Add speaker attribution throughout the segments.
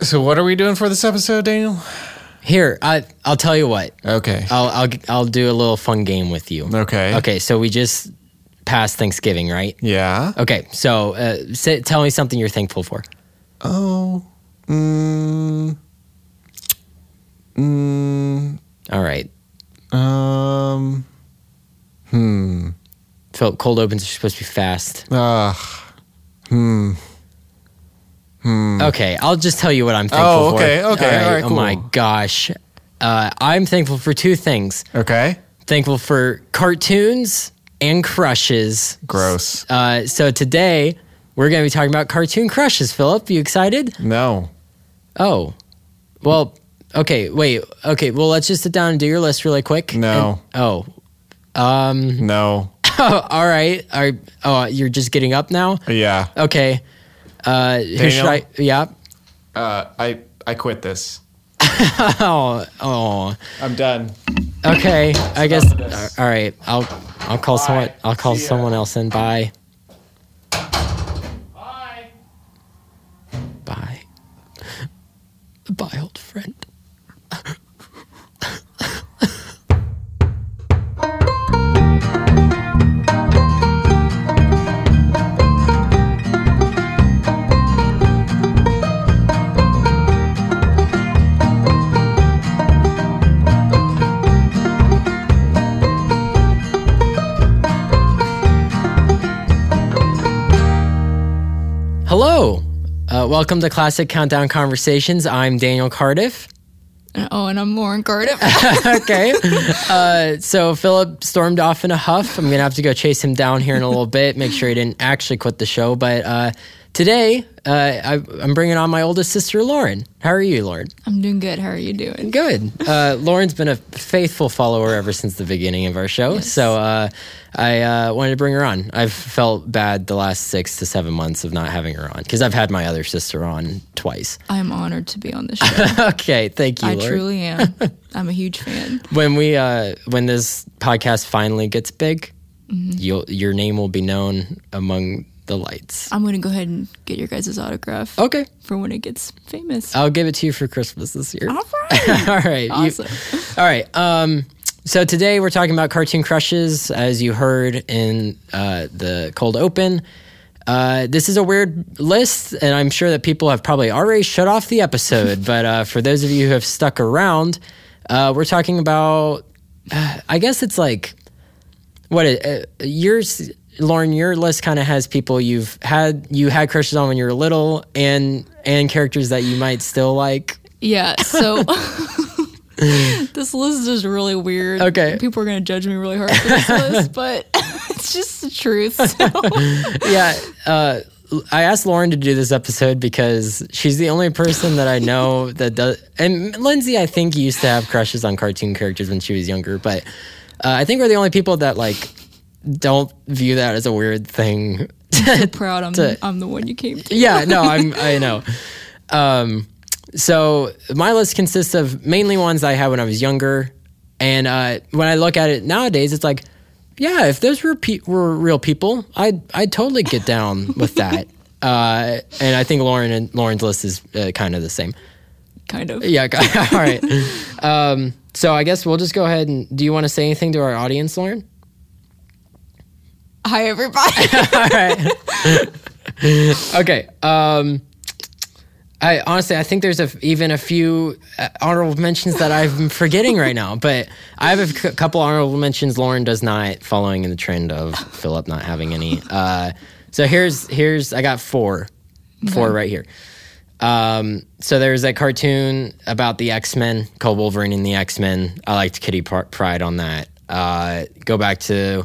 Speaker 1: So what are we doing for this episode, Daniel?
Speaker 2: Here, I, I'll tell you what.
Speaker 1: Okay.
Speaker 2: I'll, I'll I'll do a little fun game with you.
Speaker 1: Okay.
Speaker 2: Okay. So we just passed Thanksgiving, right?
Speaker 1: Yeah.
Speaker 2: Okay. So uh, say, tell me something you're thankful for.
Speaker 1: Oh. Mm. Mm.
Speaker 2: All right.
Speaker 1: Um. Hmm.
Speaker 2: Phil, cold opens are supposed to be fast.
Speaker 1: Ugh. Hmm. Hmm.
Speaker 2: Okay, I'll just tell you what I'm thankful
Speaker 1: Oh,
Speaker 2: for.
Speaker 1: okay, okay, all right,
Speaker 2: Oh my
Speaker 1: cool.
Speaker 2: gosh. Uh, I'm thankful for two things.
Speaker 1: Okay.
Speaker 2: Thankful for cartoons and crushes.
Speaker 1: Gross.
Speaker 2: Uh, so today we're going to be talking about cartoon crushes. Philip, you excited?
Speaker 1: No.
Speaker 2: Oh, well, okay. Wait, okay. Well, let's just sit down and do your list really quick.
Speaker 1: No.
Speaker 2: And- oh.
Speaker 1: Mm-hmm.
Speaker 2: Um.
Speaker 1: No.
Speaker 2: all right. All right. Oh, you're just getting up now.
Speaker 1: Yeah.
Speaker 2: Okay. Uh, who should
Speaker 1: Daniel?
Speaker 2: I? Yeah.
Speaker 1: Uh, I I quit this.
Speaker 2: Oh. Oh.
Speaker 1: I'm done.
Speaker 2: Okay, I guess.
Speaker 1: this.
Speaker 2: All right, I'll I'll call someone. I'll call
Speaker 1: See ya.
Speaker 2: someone else in. Bye.
Speaker 1: Bye.
Speaker 2: Bye. Bye, old friend. Hello. Uh, welcome to Classic Countdown Conversations. I'm Daniel Cardiff.
Speaker 3: Oh, and I'm Lauren Cardiff.
Speaker 2: Okay. uh, so Philip stormed off in a huff. I'm gonna have to go chase him down here in a little bit. Make sure he didn't actually quit the show. But uh, today, uh, I, I'm bringing on my oldest sister, Lauren. How are you, Lauren?
Speaker 3: I'm doing good. How are you doing?
Speaker 2: Good. Uh, Lauren's been a faithful follower ever since the beginning of our show. So uh, I uh, wanted to bring her on. I've felt bad the last six to seven months of not having her on because I've had my other sister on twice.
Speaker 3: I'm honored to be on the show.
Speaker 2: okay, thank you,
Speaker 3: I
Speaker 2: Lauren.
Speaker 3: truly am. I'm a huge fan.
Speaker 2: when we uh, when this podcast finally gets big,
Speaker 3: Mm-hmm.
Speaker 2: you'll, your name will be known among the lights.
Speaker 3: I'm going to go ahead and get your guys' autograph
Speaker 2: Okay,
Speaker 3: for when it gets famous.
Speaker 2: I'll give it to you for Christmas this year.
Speaker 3: All right.
Speaker 2: All right. you-
Speaker 3: Awesome.
Speaker 2: all right. Um, so today we're talking about cartoon crushes, as you heard in uh, the cold open. Uh, this is a weird list, and I'm sure that people have probably already shut off the episode. but uh, for those of you who have stuck around, uh, we're talking about. Uh, I guess it's like what it, uh, yours, Lauren. Your list kind of has people you've had you had crushes on when you were little, and and characters that you might still like.
Speaker 3: yeah, so this list is really weird.
Speaker 2: Okay.
Speaker 3: People are going to judge me really hard for this list, but it's just the truth. So.
Speaker 2: yeah. Uh, I asked Lauren to do this episode because she's the only person that I know that does. And Lindsay, I think, used to have crushes on cartoon characters when she was younger, but uh, I think we're the only people that like don't view that as a weird thing.
Speaker 3: proud I'm, I'm the one you came to.
Speaker 2: yeah. No, I'm. I know. Um, so my list consists of mainly ones I had when I was younger, and uh, when I look at it nowadays, it's like, yeah, if those were pe- were real people, I'd I'd totally get down with that. Uh, and I think Lauren and Lauren's list is uh, kind of the same.
Speaker 3: Kind of.
Speaker 2: Yeah. All right. Um, so I guess we'll just go ahead and. Do you want to say anything to our audience, Lauren?
Speaker 3: Hi, everybody.
Speaker 2: All right. okay. Um, I honestly, I think there's a, even a few uh, honorable mentions that I'm forgetting right now, but I have a c- couple honorable mentions. Lauren does not following in the trend of Philip not having any. Uh, so here's here's I got four, four right here. Um, so there's that cartoon about the X Men called Wolverine and the X Men. I liked Kitty Par- Pride on that. Uh, go back to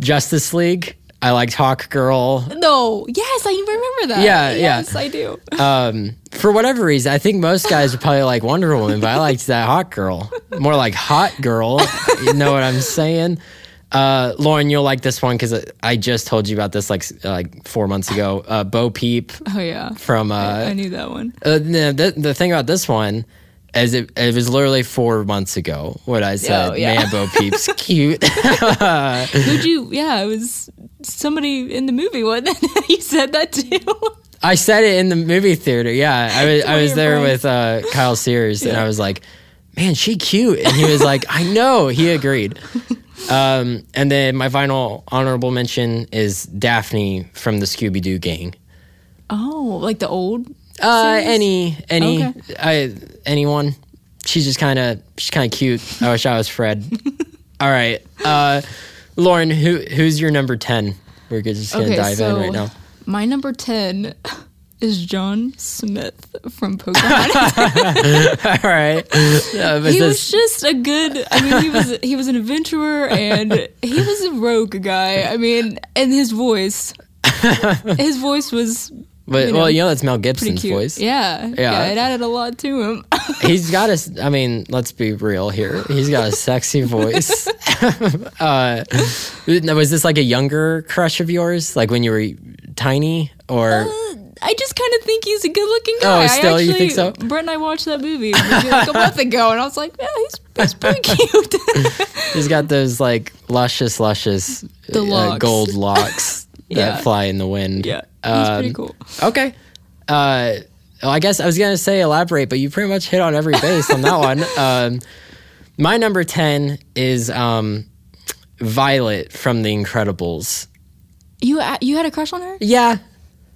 Speaker 2: Justice League. I liked Hawk Girl.
Speaker 3: no. Yes, I remember that.
Speaker 2: Yeah, yeah.
Speaker 3: Yes, I do.
Speaker 2: Um, for whatever reason, I think most guys would probably like Wonder Woman, but I liked that Hot Girl. More like Hot Girl. You know what I'm saying? Uh, Lauren, you'll like this one because I just told you about this like s- uh, like four months ago. Uh, Bo Peep
Speaker 3: oh, yeah.
Speaker 2: from uh,
Speaker 3: I knew that one.
Speaker 2: Uh, no, the, the thing about this one is it, it was literally four months ago what I said.
Speaker 3: yeah.
Speaker 2: Man, Bo Peep's cute.
Speaker 3: Who'd you? Yeah, it was somebody in the movie, wasn't it? you said that too.
Speaker 2: I said it in the movie theater. Yeah, I was I was there with uh, Kyle Sears, and I was like, "Man, she cute," and he was like, "I know." He agreed. Um, and then my final honorable mention is Daphne from the Scooby Doo gang.
Speaker 3: Oh, like the old.
Speaker 2: Uh,
Speaker 3: series?
Speaker 2: any any
Speaker 3: Okay.
Speaker 2: I anyone. She's just kind of she's kind of cute. I wish I was Fred. All right, uh, Lauren, who who's your number ten? We're just gonna dive in right now.
Speaker 3: My number 10 is John Smith from Pokemon.
Speaker 2: All right, Uh, but
Speaker 3: he
Speaker 2: this-
Speaker 3: was just a good I mean he was he was an adventurer and he was a rogue guy. I mean, and his voice his voice was
Speaker 2: But
Speaker 3: you know,
Speaker 2: well, you know that's Mel
Speaker 3: pretty
Speaker 2: Gibson's
Speaker 3: cute.
Speaker 2: voice.
Speaker 3: Yeah, yeah. it added a lot to him.
Speaker 2: He's got a. s- I mean, let's be real here. He's got a sexy voice. uh, now, was this like a younger crush of yours, like when you were tiny, or
Speaker 3: Uh, I just kind of think he's a good-looking guy.
Speaker 2: Oh, still,
Speaker 3: I actually,
Speaker 2: you think so?
Speaker 3: Brett and I watched that movie maybe like a month ago, and I was like, yeah, he's, he's pretty cute.
Speaker 2: he's got those like luscious, luscious uh,
Speaker 3: The locks.
Speaker 2: gold locks
Speaker 3: Yeah.
Speaker 2: that fly in the wind?
Speaker 3: yeah, he's pretty
Speaker 2: Um,
Speaker 3: cool.
Speaker 2: Okay. Uh, well, I guess I was gonna say elaborate, but you pretty much hit on every base on that one. Um, my number ten is um, Violet from The Incredibles.
Speaker 3: You a- you had a crush on her?
Speaker 2: Yeah,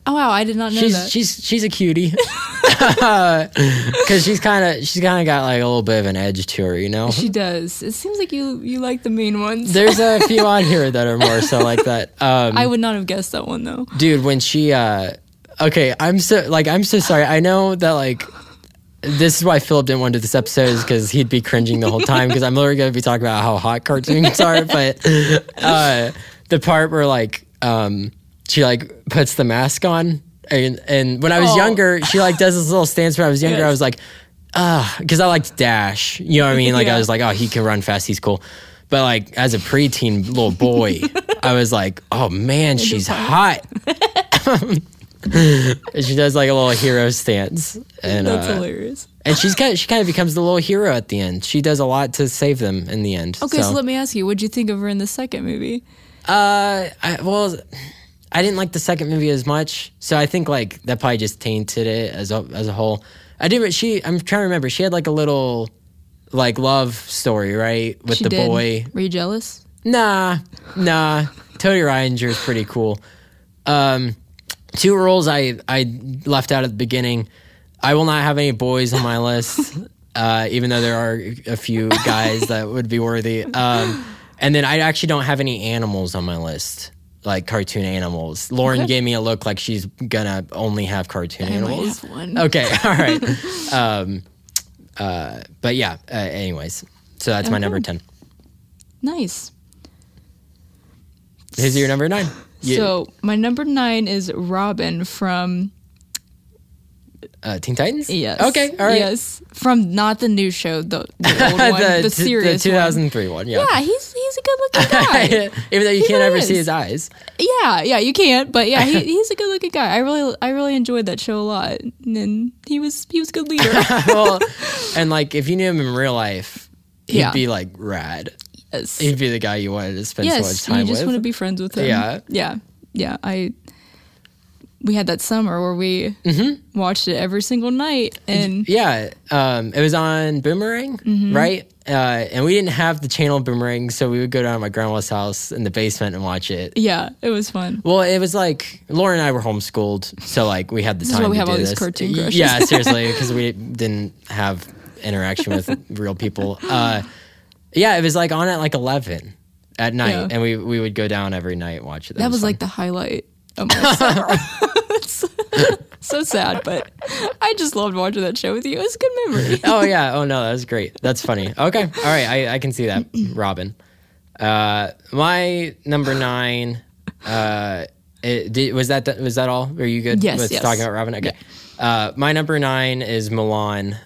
Speaker 3: Oh wow, I did not know
Speaker 2: she's
Speaker 3: that.
Speaker 2: she's she's a cutie because she's kind of she's kind of got like a little bit of an edge to her, you know.
Speaker 3: she does. It seems like you you like the mean ones.
Speaker 2: There's a few on here that are more so like that. Um,
Speaker 3: I would not have guessed that one though.
Speaker 2: dude when she uh okay i'm so like i'm so sorry i know that like this is why philip didn't want to do this episode is because he'd be cringing the whole time because i'm literally going to be talking about how hot cartoons are but uh the part where like um she like puts the mask on and and when i was
Speaker 3: Oh.
Speaker 2: younger she like does this little stance when i was younger i
Speaker 3: Yes.
Speaker 2: was like ah because i liked dash you know what i mean like i
Speaker 3: Yeah.
Speaker 2: was like oh he can run fast he's cool but like as a preteen little boy i was like oh man she's hot and she does like a little hero stance, and
Speaker 3: That's
Speaker 2: uh,
Speaker 3: hilarious.
Speaker 2: and she's kind of, she kind of becomes the little hero at the end. She does a lot to save them in the end.
Speaker 3: Okay, so, let me ask you, what'd you think of her in the second movie?
Speaker 2: uh, I, well, I didn't like the second movie as much, so I think like that probably just tainted it as a, as a whole. I did, but she I'm trying to remember. She had like a little like love story, right, with
Speaker 3: She
Speaker 2: the
Speaker 3: did.
Speaker 2: boy.
Speaker 3: Were you jealous?
Speaker 2: Nah, nah. Tony Reininger is pretty cool. Um, two rules I I left out at the beginning. I will not have any boys on my list, uh, even though there are a few guys that would be worthy. Um, and then I actually don't have any animals on my list, like cartoon animals. Lauren gave me a look like she's gonna only have cartoon
Speaker 3: I might
Speaker 2: animals. Oh.
Speaker 3: have one.
Speaker 2: Okay, all right. um, uh, but yeah. Uh, anyways, so that's my number ten.
Speaker 3: Nice.
Speaker 2: Who's your number nine? You-
Speaker 3: So my number nine is Robin from
Speaker 2: Uh, Teen Titans?
Speaker 3: Yes.
Speaker 2: Okay. All right.
Speaker 3: Yes. From not the new show, the, the old one, the,
Speaker 2: t-
Speaker 3: serious
Speaker 2: the
Speaker 3: one.
Speaker 2: 2003 one. Yeah.
Speaker 3: Yeah, he's he's a good looking guy.
Speaker 2: Even though you
Speaker 3: He
Speaker 2: can't
Speaker 3: really
Speaker 2: ever see
Speaker 3: is.
Speaker 2: his eyes.
Speaker 3: yeah, yeah, you can't, but yeah, he, he's a good looking guy. I really I really enjoyed that show a lot, and then he was he was a good leader.
Speaker 2: well, and like if you knew him in real life, he'd
Speaker 3: Yeah.
Speaker 2: be like rad.
Speaker 3: yes,
Speaker 2: He'd be the guy you wanted to spend so much
Speaker 3: yes,
Speaker 2: time
Speaker 3: you just
Speaker 2: with.
Speaker 3: want to be friends with him.
Speaker 2: Yeah.
Speaker 3: yeah, yeah. I we had that summer where we
Speaker 2: Mm-hmm.
Speaker 3: watched it every single night, and
Speaker 2: yeah. Um, it was on Boomerang,
Speaker 3: Mm-hmm.
Speaker 2: right? Uh, and we didn't have the channel Boomerang, so we would go down to my grandma's house in the basement and watch it.
Speaker 3: yeah, it was fun.
Speaker 2: Well, it was like Laura and I were homeschooled, so like we had the
Speaker 3: is
Speaker 2: time
Speaker 3: why we
Speaker 2: to
Speaker 3: have
Speaker 2: do
Speaker 3: all these
Speaker 2: this.
Speaker 3: cartoon
Speaker 2: Y-
Speaker 3: crushes.
Speaker 2: Yeah, seriously, because we didn't have interaction with real people. Uh, yeah, it was like on at like eleven at night,
Speaker 3: Yeah.
Speaker 2: and we we would go down every night and watch it.
Speaker 3: That was
Speaker 2: fun.
Speaker 3: like the highlight of my summer. It's so sad, but I just loved watching that show with you. It was a good memory.
Speaker 2: oh yeah, oh no, that was great. That's funny. Okay, all right, I, I can see that, Robin. Uh, my number nine. Uh, it, did, was that was that all? Are you good
Speaker 3: Yes,
Speaker 2: with
Speaker 3: yes.
Speaker 2: talking about Robin? Okay. Uh, my number nine is Milan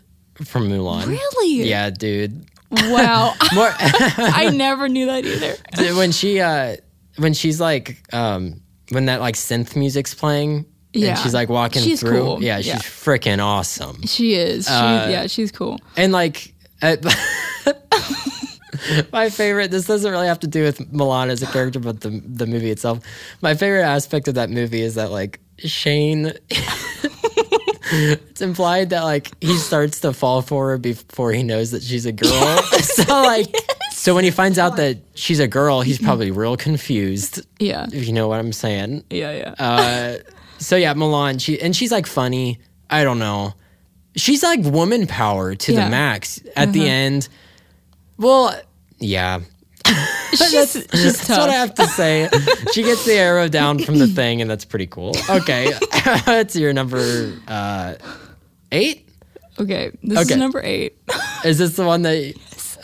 Speaker 2: from Mulan.
Speaker 3: Really?
Speaker 2: Yeah, dude.
Speaker 3: Wow.
Speaker 2: More
Speaker 3: I never knew that either.
Speaker 2: when she uh when she's like um when that like synth music's playing
Speaker 3: Yeah.
Speaker 2: and she's like walking
Speaker 3: She's
Speaker 2: through.
Speaker 3: cool.
Speaker 2: Yeah, she's
Speaker 3: Yeah.
Speaker 2: freaking awesome.
Speaker 3: She is. She,
Speaker 2: Uh,
Speaker 3: yeah, she's cool.
Speaker 2: And like, uh, my favorite. This doesn't really have to do with Milan as a character, but the the movie itself. My favorite aspect of that movie is that like Shane. it's implied that like he starts to fall for her before he knows that she's a girl. so like, so when he finds out that she's a girl, he's probably real confused.
Speaker 3: Yeah.
Speaker 2: If you know what I'm saying.
Speaker 3: Yeah, yeah.
Speaker 2: Uh, so yeah, Milan. She and she's like funny. I don't know. She's like woman power to
Speaker 3: Yeah.
Speaker 2: the max at the end. Well, yeah.
Speaker 3: she's, she's
Speaker 2: That's what I
Speaker 3: tough.
Speaker 2: have to say. she gets the arrow down from the thing, and that's pretty cool. Okay, that's your number uh, eight.
Speaker 3: Okay, this
Speaker 2: Okay.
Speaker 3: is number eight.
Speaker 2: Is this the one that?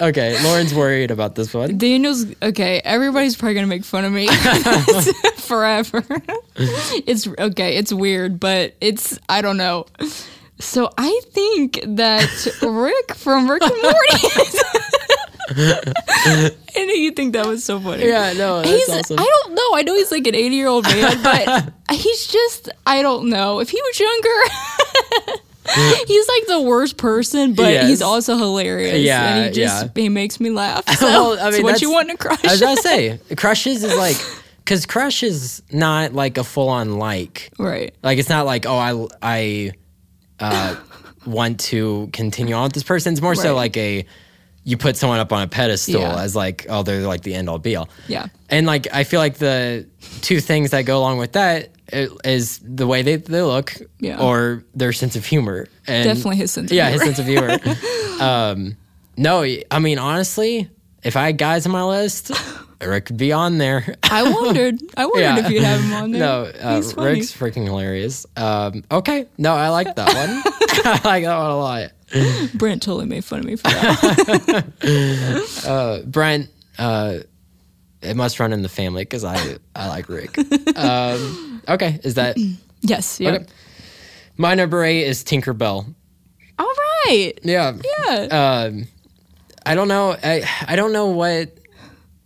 Speaker 2: Okay, Lauren's worried about this one.
Speaker 3: Daniel's okay. Everybody's probably gonna make fun of me forever. it's okay. It's weird, but it's I don't know. So I think that Rick from Rick and Morty. I know you think that was so funny.
Speaker 2: Yeah, no, that's
Speaker 3: he's.
Speaker 2: awesome.
Speaker 3: I don't know. I know he's like an eighty-year-old man, but he's just. I don't know. If he was younger. He's like the worst person, but
Speaker 2: Yes.
Speaker 3: he's also hilarious.
Speaker 2: Yeah,
Speaker 3: and he just
Speaker 2: yeah.
Speaker 3: he makes me laugh. So
Speaker 2: Well, I
Speaker 3: it's
Speaker 2: mean,
Speaker 3: what you
Speaker 2: that's-
Speaker 3: want to crush.
Speaker 2: I was gonna say crushes is like because crush is not like a full on like.
Speaker 3: right.
Speaker 2: Like it's not like oh I I uh, want to continue on with this person. It's more so
Speaker 3: Right.
Speaker 2: like a you put someone up on a pedestal
Speaker 3: Yeah.
Speaker 2: as like oh they're like the end all be all.
Speaker 3: Yeah.
Speaker 2: And like I feel like the two things that go along with that i- is the way they, they look
Speaker 3: Yeah.
Speaker 2: or their sense of humor. And
Speaker 3: Definitely his sense of
Speaker 2: yeah,
Speaker 3: humor.
Speaker 2: his sense of humor. um, no, I mean honestly, if I had guys on my list, Rick could be on there.
Speaker 3: I wondered. I wondered
Speaker 2: Yeah.
Speaker 3: if you'd have him on there.
Speaker 2: No, uh,
Speaker 3: He's funny.
Speaker 2: Rick's freaking hilarious. Um, okay, no, I like that one. I like that one a lot.
Speaker 3: Brent totally made fun of me for that.
Speaker 2: Uh, Brent, uh, it must run in the family because I I like Rick. Um, okay, is that
Speaker 3: yes. Yeah.
Speaker 2: Okay. my number eight? Is Tinkerbell?
Speaker 3: All right.
Speaker 2: Yeah.
Speaker 3: Yeah.
Speaker 2: Um, I don't know. I I don't know what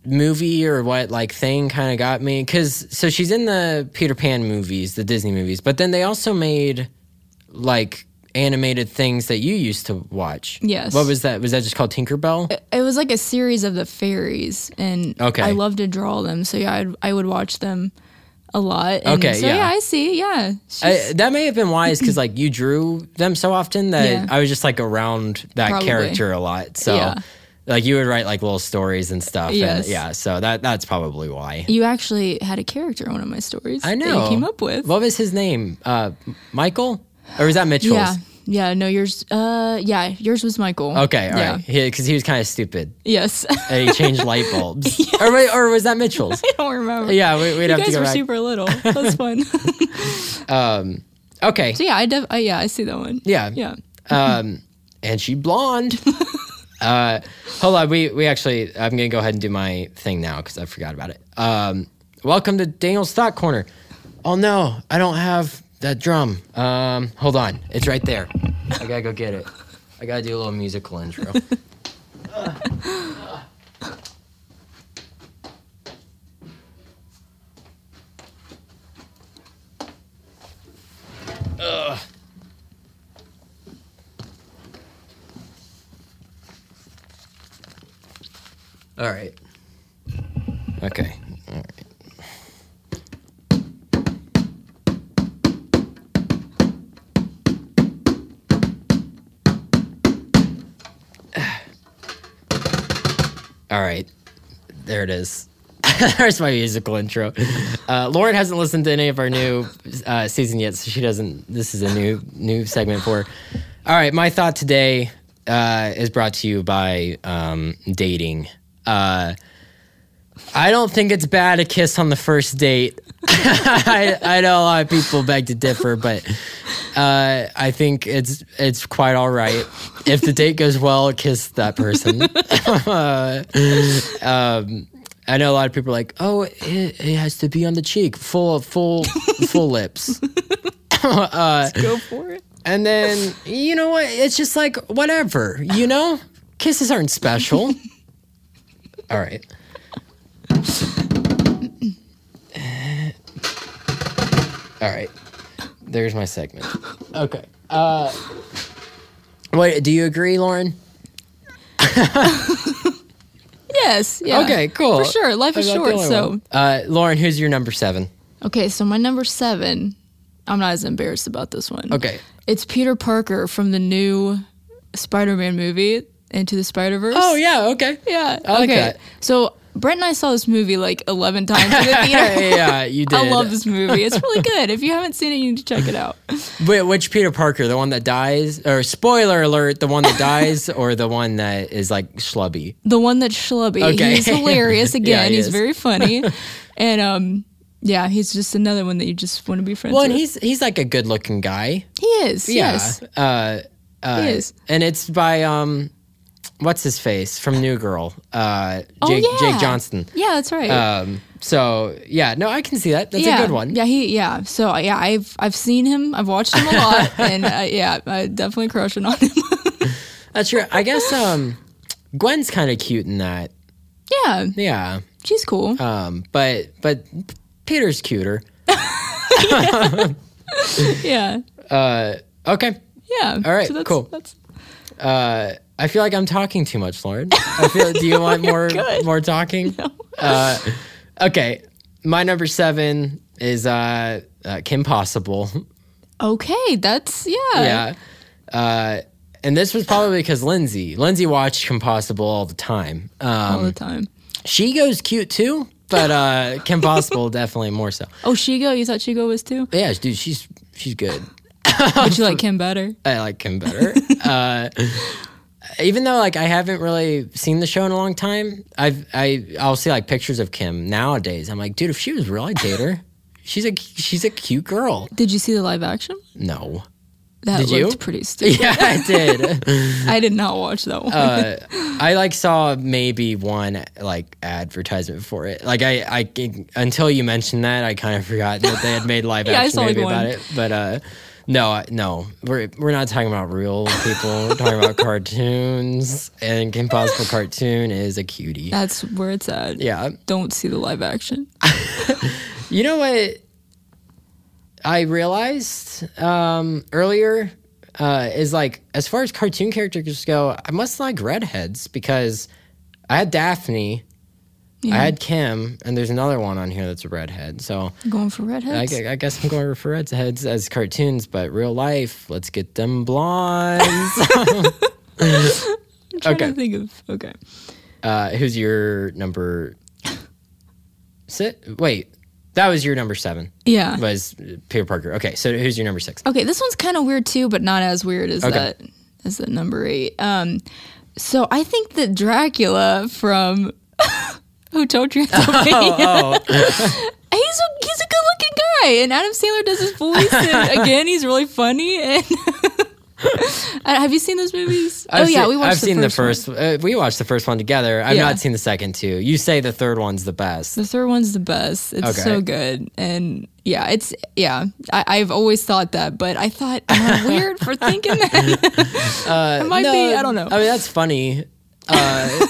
Speaker 2: movie or what like thing kind of got me because so she's in the Peter Pan movies, the Disney movies, but then they also made like animated things that you used to watch.
Speaker 3: Yes. Uh,
Speaker 2: What was that? Was that just called Tinkerbell?
Speaker 3: it was like a series of the fairies, and
Speaker 2: Okay.
Speaker 3: I love to draw them. So yeah, I'd, I would watch them a lot. And
Speaker 2: Okay,
Speaker 3: So yeah.
Speaker 2: yeah.
Speaker 3: I see. Yeah.
Speaker 2: I, that may have been wise because like you drew them so often that
Speaker 3: Yeah.
Speaker 2: I was just like around that
Speaker 3: Probably.
Speaker 2: character a lot. So
Speaker 3: Yeah.
Speaker 2: like you would write like little stories and stuff.
Speaker 3: Yes.
Speaker 2: And, yeah. So that that's probably why.
Speaker 3: you actually had a character in one of my stories.
Speaker 2: I
Speaker 3: That
Speaker 2: know.
Speaker 3: you came up with.
Speaker 2: What was his name? Uh, Michael? Or was that Mitchell's?
Speaker 3: yeah. Yeah. No, yours. Uh. Yeah. Yours was Michael.
Speaker 2: Okay, all
Speaker 3: yeah.
Speaker 2: right. Because he was kind of stupid.
Speaker 3: Yes. I
Speaker 2: And he changed light bulbs. Or, wait, or was that Mitchell's?
Speaker 3: don't remember.
Speaker 2: Yeah, we, we'd
Speaker 3: You
Speaker 2: have to
Speaker 3: guys
Speaker 2: go
Speaker 3: were
Speaker 2: back.
Speaker 3: super little. That's fun.
Speaker 2: okay.
Speaker 3: So yeah, I def- uh, yeah, I see that one.
Speaker 2: Yeah.
Speaker 3: Yeah.
Speaker 2: Um, and she blonde. uh, hold on. We, we actually, I'm going to go ahead and do my thing now because I forgot about it. Um, welcome to Daniel's Thought Corner. Oh, no, I don't have that drum. Um, hold on. It's right there. I got to go get it. I got to do a little musical intro. All right. Okay. All right. All right. There it is. There's my musical intro. Uh, Lauren hasn't listened to any of our new uh, season yet, so she doesn't. This is a new new segment for. Her. All right, my thought today uh, is brought to you by um, dating. Uh, I don't think it's bad to kiss on the first date. I, I know a lot of people beg to differ, but uh, I think it's it's quite all right. If the date goes well, kiss that person. I know a lot of people are like, oh, it, it has to be on the cheek, full full full lips.
Speaker 3: Go for it.
Speaker 2: And then you know what? It's just like whatever, you know? Kisses aren't special. All right. Uh, All right. There's my segment. Okay. Uh Wait, do you agree, Lauren?
Speaker 3: Yes. Yeah.
Speaker 2: Okay, cool.
Speaker 3: For sure. Life is
Speaker 2: I got the
Speaker 3: short.
Speaker 2: only
Speaker 3: So
Speaker 2: one. uh Lauren, who's your number 7?
Speaker 3: okay. So my number seven I'm not as embarrassed about this one.
Speaker 2: Okay.
Speaker 3: It's Peter Parker from the new Spider-Man movie, Into the Spider-Verse.
Speaker 2: Oh yeah. Okay.
Speaker 3: yeah.
Speaker 2: I like
Speaker 3: okay.
Speaker 2: that.
Speaker 3: So Brett and I saw this movie like 11 times in the
Speaker 2: Yeah,
Speaker 3: theater.
Speaker 2: yeah, you did.
Speaker 3: I love this movie. It's really good. If you haven't seen it, you need to check it out.
Speaker 2: Wait, which Peter Parker? The one that dies, or spoiler alert, the one that dies, or the one that is like schlubby?
Speaker 3: The one that's schlubby.
Speaker 2: Okay.
Speaker 3: He's hilarious again.
Speaker 2: he
Speaker 3: he's
Speaker 2: is.
Speaker 3: very funny. and um yeah, he's just another one that you just want to be friends
Speaker 2: Well, and
Speaker 3: with.
Speaker 2: he's he's like a good looking guy.
Speaker 3: He is.
Speaker 2: Yeah.
Speaker 3: Yes.
Speaker 2: Uh, uh,
Speaker 3: He is.
Speaker 2: And it's by um, what's his face from New Girl? Uh, Jake
Speaker 3: yeah.
Speaker 2: Jake Johnston.
Speaker 3: Yeah, that's right.
Speaker 2: Um, so yeah, no, I can see that. That's
Speaker 3: yeah,
Speaker 2: a good one.
Speaker 3: Yeah, he yeah. So uh, yeah, I've I've seen him. I've watched him a lot, and uh, yeah, I definitely crushing on him.
Speaker 2: That's true. I guess um, Gwen's kind of cute in that.
Speaker 3: yeah,
Speaker 2: Yeah.
Speaker 3: she's cool.
Speaker 2: Um, but but Peter's cuter.
Speaker 3: yeah,
Speaker 2: Uh, Okay.
Speaker 3: yeah.
Speaker 2: all right,
Speaker 3: So that's,
Speaker 2: cool.
Speaker 3: That's,
Speaker 2: Uh, I feel like I'm talking too much, Lauren. I feel. Do you want more
Speaker 3: good.
Speaker 2: more talking? Uh, okay. My number seven is uh, uh, Kim Possible.
Speaker 3: okay, that's yeah.
Speaker 2: yeah. Uh, and this was probably because Lindsay. Lindsay watched Kim Possible all the time.
Speaker 3: all
Speaker 2: Um,
Speaker 3: the time.
Speaker 2: she goes cute too, but uh, Kim Possible definitely more so.
Speaker 3: Oh, Shigo. You thought Shigo was too?
Speaker 2: Yeah, dude, she's she's good.
Speaker 3: But you like him better?
Speaker 2: I like him better. uh, even though like I haven't really seen the show in a long time, I've I I'll see like pictures of Kim nowadays. I'm like, dude, if she was real, I'd date her. She's a she's a cute girl.
Speaker 3: Did you see the live action?
Speaker 2: No,
Speaker 3: That
Speaker 2: Did you?
Speaker 3: looked pretty stupid.
Speaker 2: yeah, I did.
Speaker 3: I did not watch that one.
Speaker 2: Uh, I like saw maybe one like advertisement for it. Like I I until you mentioned that, I kind of forgot that they had made live
Speaker 3: Yeah, I
Speaker 2: action
Speaker 3: saw, like,
Speaker 2: movie about
Speaker 3: one.
Speaker 2: it. But uh, no, I- no, we're we're not talking about real people. we're talking about cartoons, and Kim Possible cartoon is a cutie.
Speaker 3: that's where it's at.
Speaker 2: Yeah,
Speaker 3: Don't see the live action.
Speaker 2: you know what? I realized um, earlier uh, is like as far as cartoon characters go, I must like redheads because I had Daphne. I had Kim, and there's another one on here that's a redhead. So
Speaker 3: Going for
Speaker 2: I,
Speaker 3: redheads.
Speaker 2: gu- I guess I'm going for redheads as cartoons, but real life, let's get them blondes.
Speaker 3: I'm trying
Speaker 2: okay.
Speaker 3: to think of okay.
Speaker 2: uh, who's your number? Sit. Wait, that was your number seven.
Speaker 3: Yeah.
Speaker 2: Was Peter Parker? Okay, so who's your number six?
Speaker 3: Okay, this one's kind of weird too, but not as weird as
Speaker 2: Okay.
Speaker 3: that as the number eight. Um, so I think that Dracula from Hotel Transylvania.
Speaker 2: Oh,
Speaker 3: He's a he's a good looking guy, and Adam Sandler does his voice, and again, he's really funny. And Uh, have you seen those movies? Oh,
Speaker 2: I've seen- I've
Speaker 3: the
Speaker 2: seen the
Speaker 3: one.
Speaker 2: first. Uh, we watched the first one together. I've
Speaker 3: Yeah.
Speaker 2: not seen the second two. You say the third one's the best.
Speaker 3: The third one's the best. It's
Speaker 2: Okay.
Speaker 3: so good. And yeah, it's yeah. I, I've always thought that, but I thought am I weird for thinking that?
Speaker 2: Uh,
Speaker 3: It might be. I don't know.
Speaker 2: I mean, that's funny. Uh,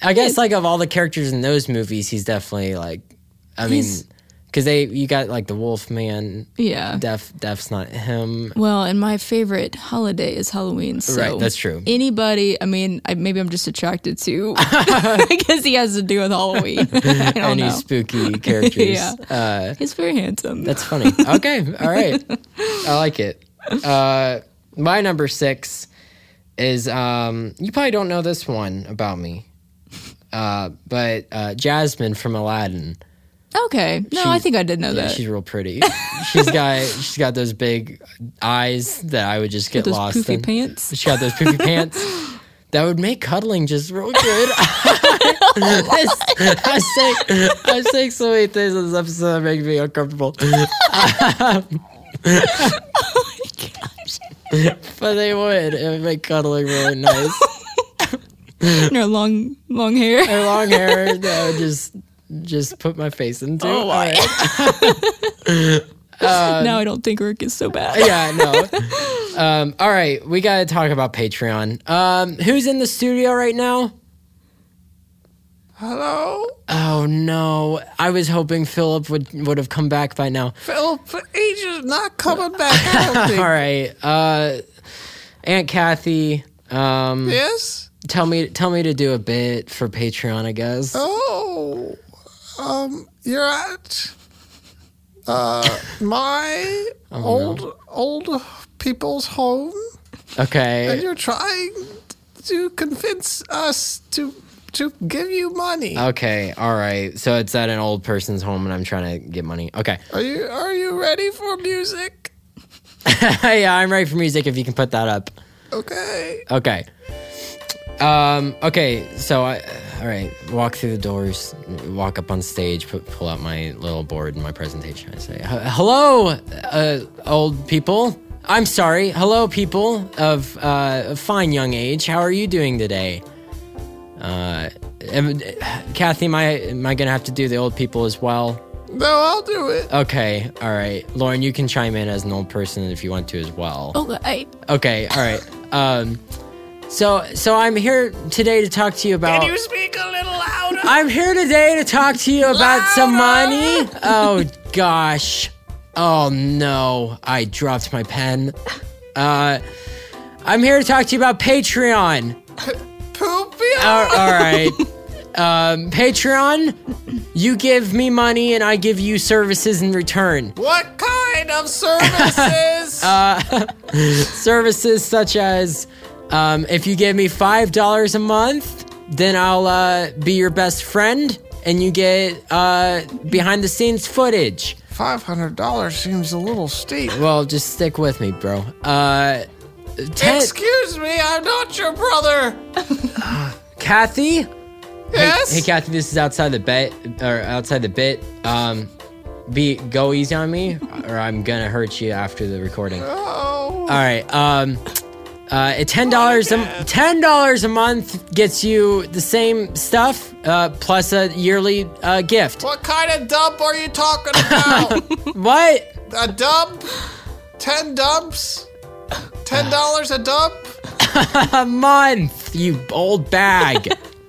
Speaker 2: I guess like of all the characters in those movies, he's definitely like. I mean,
Speaker 3: He's-
Speaker 2: because they you got like the Wolf Man.
Speaker 3: yeah.
Speaker 2: Def Def's not him.
Speaker 3: Well, and my favorite holiday is Halloween. So
Speaker 2: Right, that's true.
Speaker 3: Anybody, I mean, I, maybe I'm just attracted to because he has to do with Halloween. I don't
Speaker 2: Any
Speaker 3: know.
Speaker 2: spooky characters.
Speaker 3: Yeah.
Speaker 2: uh,
Speaker 3: He's very handsome.
Speaker 2: That's funny. Okay. All right. I like it. Uh, my number six is um, you probably don't know this one about me, uh, but uh, Jasmine from Aladdin.
Speaker 3: okay. No, I
Speaker 2: She's-
Speaker 3: think I did know
Speaker 2: Yeah,
Speaker 3: that.
Speaker 2: she's real pretty. She's got she's got those big eyes that I would just get
Speaker 3: those
Speaker 2: lost
Speaker 3: poofy
Speaker 2: in.
Speaker 3: pants.
Speaker 2: She got those poofy pants. That would make cuddling just real good. I, I say I say so many things in this episode that make me uncomfortable.
Speaker 3: Oh
Speaker 2: But they would. It would make cuddling really nice.
Speaker 3: And her long, long hair.
Speaker 2: Her long hair that I would just just put my face into.
Speaker 3: Oh, Um,
Speaker 2: All right.
Speaker 3: now I don't think Rick is so bad.
Speaker 2: yeah, no. Um, all right, we gotta talk about Patreon. Um, who's in the studio right now?
Speaker 4: Hello,
Speaker 2: Oh no! I was hoping Philip would would have come back by now.
Speaker 4: Phil. He's just not coming back. I don't
Speaker 2: All
Speaker 4: think.
Speaker 2: right, uh, Aunt Kathy, um,
Speaker 4: Yes.
Speaker 2: tell me tell me to do a bit for Patreon, I guess.
Speaker 4: Oh. Um. You're out. my
Speaker 2: Oh,
Speaker 4: old old people's home, and
Speaker 2: Okay.
Speaker 4: you're trying to convince us to to give you money.
Speaker 2: Okay. All right. So it's at an old person's home, and I'm trying to get money. Okay.
Speaker 4: Are you are you ready for music?
Speaker 2: yeah, I'm ready for music. If you can put that up.
Speaker 4: Okay.
Speaker 2: Okay. Um, okay, so I, all right, walk through the doors, walk up on stage, pu- pull out my little board and my presentation. I say, "H- hello, uh, old people. I'm sorry. Hello, people of uh, fine young age. How are you doing today? Uh, am- Kathy, am I, am I going to have to do the old people as well?
Speaker 4: No, I'll do it.
Speaker 2: Okay, all right. Lauren, you can chime in as an old person if you want to as well.
Speaker 3: Okay.
Speaker 2: Okay, all right. Um, so so I'm here today to talk to you about.
Speaker 4: Can you speak a little louder?
Speaker 2: I'm here today to talk to you about some money. Oh gosh. Oh no, I dropped my pen. Uh, I'm here to talk to you about Patreon.
Speaker 4: Poopy.
Speaker 2: All- all right. Um, Patreon, you give me money and I give you services in return.
Speaker 4: What kind of services?
Speaker 2: Uh, services such as um, if you give me five dollars a month, then I'll uh, be your best friend, and you get uh, behind the scenes footage.
Speaker 4: Five hundred dollars seems a little steep.
Speaker 2: Well, just stick with me, bro. Uh, ten-
Speaker 4: Excuse me, I'm not your brother.
Speaker 2: Kathy.
Speaker 4: Yes.
Speaker 2: Hey, Kathy, this is outside the bet or outside the bit. Um, be go easy on me, or I'm gonna hurt you after the recording.
Speaker 4: oh.
Speaker 2: All right. Um, uh, at ten dollars, ten dollars a month gets you the same stuff uh, plus a yearly uh, gift.
Speaker 4: What kind of dump are you talking about?
Speaker 2: What?
Speaker 4: a dump? Ten dumps? Ten dollars a dump?
Speaker 2: A month, you old bag.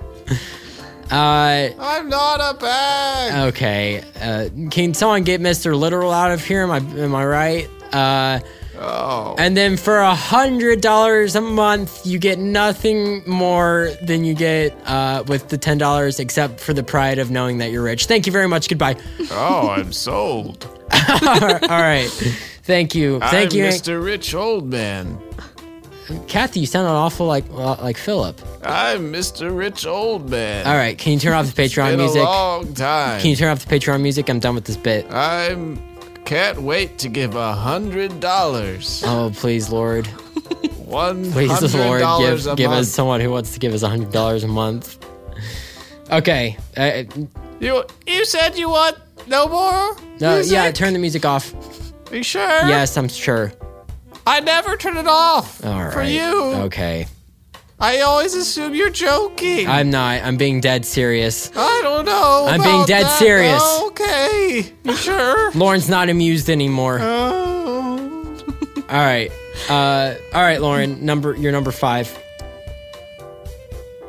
Speaker 2: uh,
Speaker 4: I'm not a bag.
Speaker 2: okay. Uh, can someone get Mister Literal out of here? Am I am I right? Uh,
Speaker 4: Oh.
Speaker 2: and then for a hundred dollars a month, you get nothing more than you get uh, with the ten dollars, except for the pride of knowing that you're rich. Thank you very much. Goodbye.
Speaker 1: Oh, I'm sold.
Speaker 2: All right. Thank you. Thank
Speaker 1: I'm
Speaker 2: you,
Speaker 1: Mr. Rich Old Man.
Speaker 2: Kathy. You sound an awful like uh, like Philip.
Speaker 1: I'm Mr. Rich Old Man.
Speaker 2: All right. Can you turn off the Patreon
Speaker 1: Been
Speaker 2: music?
Speaker 1: a long time.
Speaker 2: Can you turn off the Patreon music? I'm done with this bit.
Speaker 1: I'm can't wait to give a hundred dollars.
Speaker 2: Oh please, Lord.
Speaker 1: One
Speaker 2: Please,
Speaker 1: hundred
Speaker 2: Lord,
Speaker 1: dollars a
Speaker 2: give, give us
Speaker 1: month.
Speaker 2: someone who wants to give us hundred dollars a month. Okay. Uh,
Speaker 1: You you said you want no more?
Speaker 2: no, yeah. Turn the music off.
Speaker 1: You sure?
Speaker 2: Yes, I'm sure.
Speaker 1: I never turn it off.
Speaker 2: All right.
Speaker 1: For you.
Speaker 2: Okay.
Speaker 1: I always assume you're joking.
Speaker 2: I'm not. I'm being dead serious.
Speaker 1: I don't know.
Speaker 2: I'm being
Speaker 1: about
Speaker 2: dead
Speaker 1: that.
Speaker 2: serious.
Speaker 1: Okay. You sure?
Speaker 2: Lauren's not amused anymore. All
Speaker 1: Oh.
Speaker 2: right. Uh, all right, Lauren. Number. You're number five.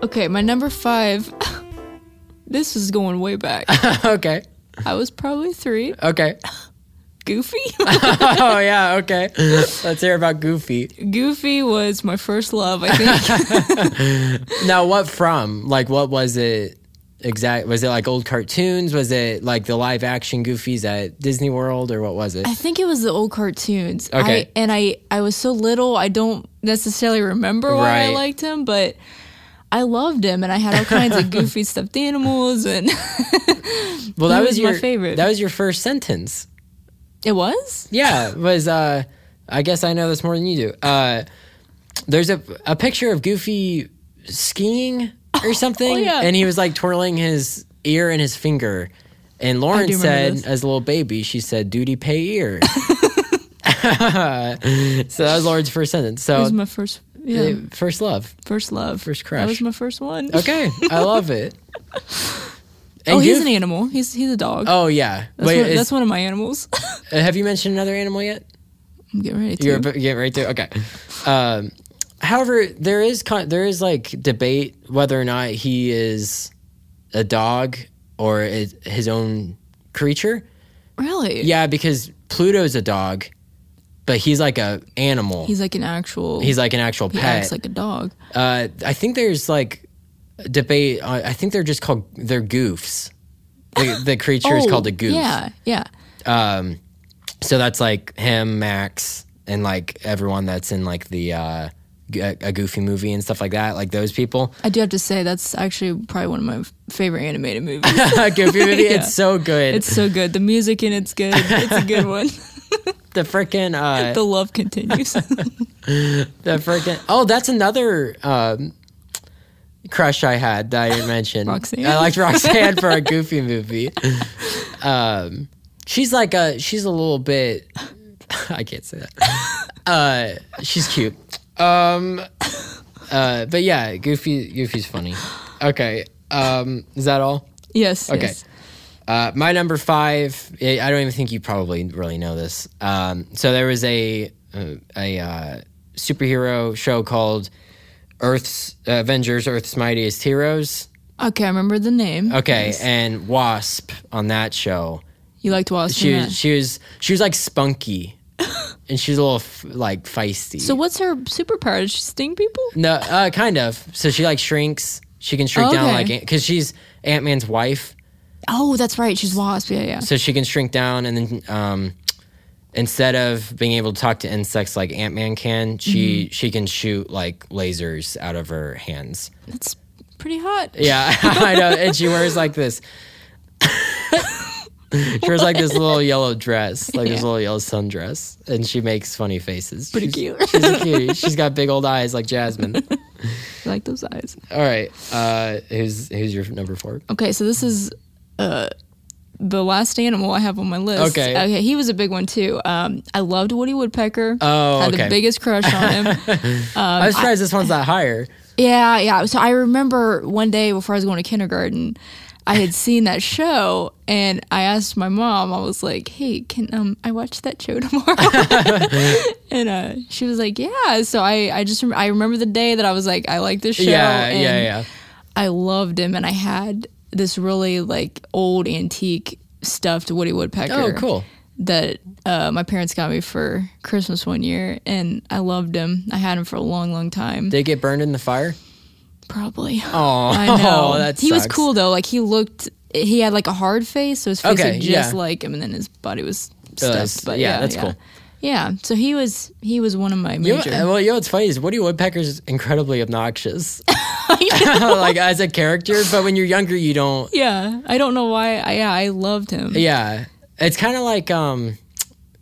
Speaker 3: Okay, my number five. this is going way back.
Speaker 2: okay.
Speaker 3: I was probably three.
Speaker 2: Okay.
Speaker 3: Goofy.
Speaker 2: oh yeah, okay. Let's hear about Goofy.
Speaker 3: Goofy was my first love, I think.
Speaker 2: Now, what from? Like, what was it? Exact? Was it like old cartoons? Was it like the live action Goofies at Disney World, or what was it?
Speaker 3: I think it was the old cartoons.
Speaker 2: Okay.
Speaker 3: I, and I, I was so little, I don't necessarily remember why I
Speaker 2: Right.
Speaker 3: liked him, but I loved him, and I had all kinds of goofy stuffed animals, and
Speaker 2: Well, that
Speaker 3: he
Speaker 2: was,
Speaker 3: was my
Speaker 2: your
Speaker 3: favorite.
Speaker 2: That was your first sentence.
Speaker 3: it was.
Speaker 2: Yeah, was. uh I guess I know this more than you do. Uh There's a a picture of Goofy skiing or something,
Speaker 3: Oh, yeah.
Speaker 2: and he was like twirling his ear and his finger. And Lauren
Speaker 3: do remember
Speaker 2: said,
Speaker 3: this.
Speaker 2: as a little baby, she said, "Duty pay ear." so that was Lauren's first sentence.
Speaker 3: It
Speaker 2: So
Speaker 3: was my first, yeah,
Speaker 2: uh, first love,
Speaker 3: first love,
Speaker 2: first
Speaker 3: That
Speaker 2: crush.
Speaker 3: was my first one.
Speaker 2: okay, I love it. And
Speaker 3: Oh, he's
Speaker 2: Goof-
Speaker 3: an animal. He's he's a dog.
Speaker 2: Oh yeah.
Speaker 3: that's,
Speaker 2: Wait,
Speaker 3: one,
Speaker 2: is-
Speaker 3: that's one of my animals.
Speaker 2: have you mentioned another animal yet?
Speaker 3: I'm getting ready to.
Speaker 2: You're ab- yeah, right there. Okay. Um, however, there is con- there is like debate whether or not he is a dog or is his own creature.
Speaker 3: really?
Speaker 2: Yeah, because Pluto's a dog, but he's like a animal. He's,
Speaker 3: He's like an actual.
Speaker 2: like an actual
Speaker 3: he
Speaker 2: pet.
Speaker 3: acts like a dog.
Speaker 2: uh, I think there's like debate. uh, on- I think they're just called they're goofs. The, the creature is called a goof.
Speaker 3: Oh, Yeah, yeah.
Speaker 2: Um, so that's like him, Max, and like everyone that's in like the uh, G- a Goofy movie and stuff like that. Like those people.
Speaker 3: I do have to say that's actually probably one of my favorite animated movies.
Speaker 2: Goofy movie.
Speaker 3: Yeah.
Speaker 2: It's so good.
Speaker 3: it's so good. The music in it's good. It's a good one.
Speaker 2: the freaking uh,
Speaker 3: the love continues.
Speaker 2: the freaking. Oh, that's another. Um, Crush I had that I didn't mention.
Speaker 3: Roxanne.
Speaker 2: I liked Roxanne for a goofy movie. Um, she's like a she's a little bit. I can't say that. Uh, she's cute. Um, uh, but yeah, Goofy Goofy's funny. Okay. Um, is that all?
Speaker 3: yes.
Speaker 2: Okay.
Speaker 3: yes.
Speaker 2: Uh, my number five. I I don't even think you probably really know this. Um, so there was a uh, a uh, superhero show called Earth's Avengers: Earth's Mightiest Heroes.
Speaker 3: Okay, I remember the name.
Speaker 2: Okay, and Wasp on that show.
Speaker 3: You liked Wasp.
Speaker 2: She
Speaker 3: in
Speaker 2: was
Speaker 3: that.
Speaker 2: she was she was like spunky, and she's a little f- like feisty.
Speaker 3: so what's her superpower? Does she sting people?
Speaker 2: No, uh, kind of. So she like shrinks. She can shrink down
Speaker 3: Okay.
Speaker 2: like because she's Ant Man's wife,
Speaker 3: Oh, that's right. She's Wasp. Yeah, yeah.
Speaker 2: so she can shrink down and then um, instead of being able to talk to insects like Ant Man can, she
Speaker 3: Mm-hmm.
Speaker 2: she can shoot like lasers out of her hands.
Speaker 3: That's pretty hot.
Speaker 2: Yeah, I know. And she wears like this. she wears like this little yellow dress, like this little yellow sundress, and she makes funny faces.
Speaker 3: Pretty
Speaker 2: she's,
Speaker 3: cute.
Speaker 2: She's a cutie. She's got big old eyes like Jasmine.
Speaker 3: I like those eyes.
Speaker 2: All right. Uh, who's who's your number four?
Speaker 3: Okay, so this is uh the last animal I have on my list.
Speaker 2: Okay.
Speaker 3: Okay, he was a big one too. Um, I loved Woody Woodpecker.
Speaker 2: Oh,
Speaker 3: had
Speaker 2: okay.
Speaker 3: the biggest crush on him. Um,
Speaker 2: I was surprised this one's not higher.
Speaker 3: Yeah, yeah. So I remember one day before I was going to kindergarten, I had seen that show and I asked my mom, I was like, Hey, can um I watch that show tomorrow? and uh, she was like, Yeah. So I, I just rem- I remember the day that I was like, I like this show.
Speaker 2: yeah,
Speaker 3: and
Speaker 2: yeah, yeah.
Speaker 3: I loved him and I had this really like old antique stuffed Woody Woodpecker
Speaker 2: Oh, cool.
Speaker 3: that uh, my parents got me for Christmas one year, and I loved him. I had him for a long, long time.
Speaker 2: Did it get burned in the fire?
Speaker 3: Probably.
Speaker 2: Oh,
Speaker 3: I know.
Speaker 2: that
Speaker 3: he was
Speaker 2: sucks.
Speaker 3: cool though. Like he looked, he had like a hard face, so his face
Speaker 2: Okay,
Speaker 3: looked just
Speaker 2: yeah.
Speaker 3: like him, and then his body was
Speaker 2: Uh,
Speaker 3: stuffed.
Speaker 2: s-
Speaker 3: but
Speaker 2: yeah,
Speaker 3: yeah,
Speaker 2: that's
Speaker 3: yeah.
Speaker 2: cool.
Speaker 3: Yeah, so he was he was one of my
Speaker 2: You know, uh,
Speaker 3: major.
Speaker 2: well, you know what's funny is Woody Woodpecker's incredibly obnoxious, like as a character. But when you're younger, you don't.
Speaker 3: yeah, I don't know why. I, yeah, I loved him.
Speaker 2: Yeah, it's kind of like um,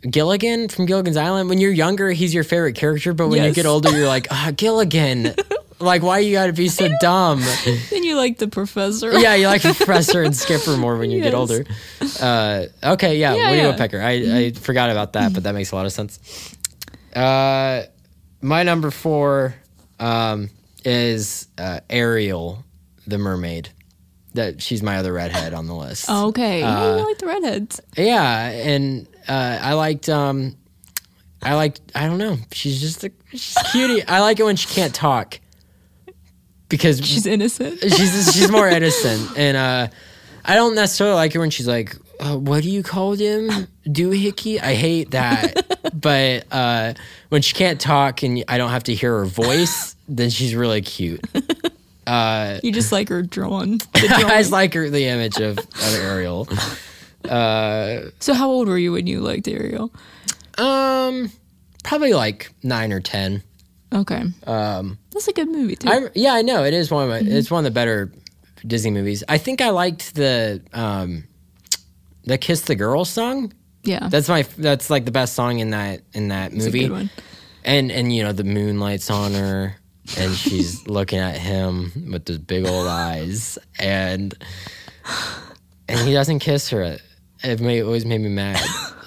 Speaker 2: Gilligan from Gilligan's Island. When you're younger, he's your favorite character, but when you
Speaker 3: Yes.
Speaker 2: get older, you're like, ah, Gilligan. like, why you gotta be so dumb?
Speaker 3: Then you like the professor.
Speaker 2: yeah, you like Professor and Skipper more when you get
Speaker 3: Yes.
Speaker 2: older. Uh, okay, yeah,
Speaker 3: Yeah,
Speaker 2: Woody
Speaker 3: yeah.
Speaker 2: Woodpecker. I, I forgot about that, but that makes a lot of sense. Uh, my number four um, is uh, Ariel, the mermaid. That she's my other redhead on the list.
Speaker 3: Oh, okay. yeah,
Speaker 2: Uh,
Speaker 3: you like the redheads.
Speaker 2: Yeah, and uh, I liked. Um, I liked. I don't know. She's just a she's a cutie. I like it when she can't talk because
Speaker 3: She's innocent.
Speaker 2: she's she's more innocent, and uh, I don't necessarily like her when she's like, uh, "What do you call him? Doohickey?" I hate that. but uh, when she can't talk and I don't have to hear her voice, then she's really cute.
Speaker 3: You just like her drawn.
Speaker 2: I just like her the image of, of Ariel.
Speaker 3: So how old were you when you liked Ariel?
Speaker 2: Um, probably like nine or ten.
Speaker 3: Okay. Um, that's a good movie too.
Speaker 2: I yeah, I know it is one of my, it's one of the better Disney movies. I think I liked the um, the Kiss the Girl song.
Speaker 3: yeah.
Speaker 2: That's my that's like the best song in that in that
Speaker 3: a
Speaker 2: movie.
Speaker 3: good one.
Speaker 2: And and you know the moonlight's on her and she's looking at him with those big old eyes and and he doesn't kiss her. It made, always made me mad.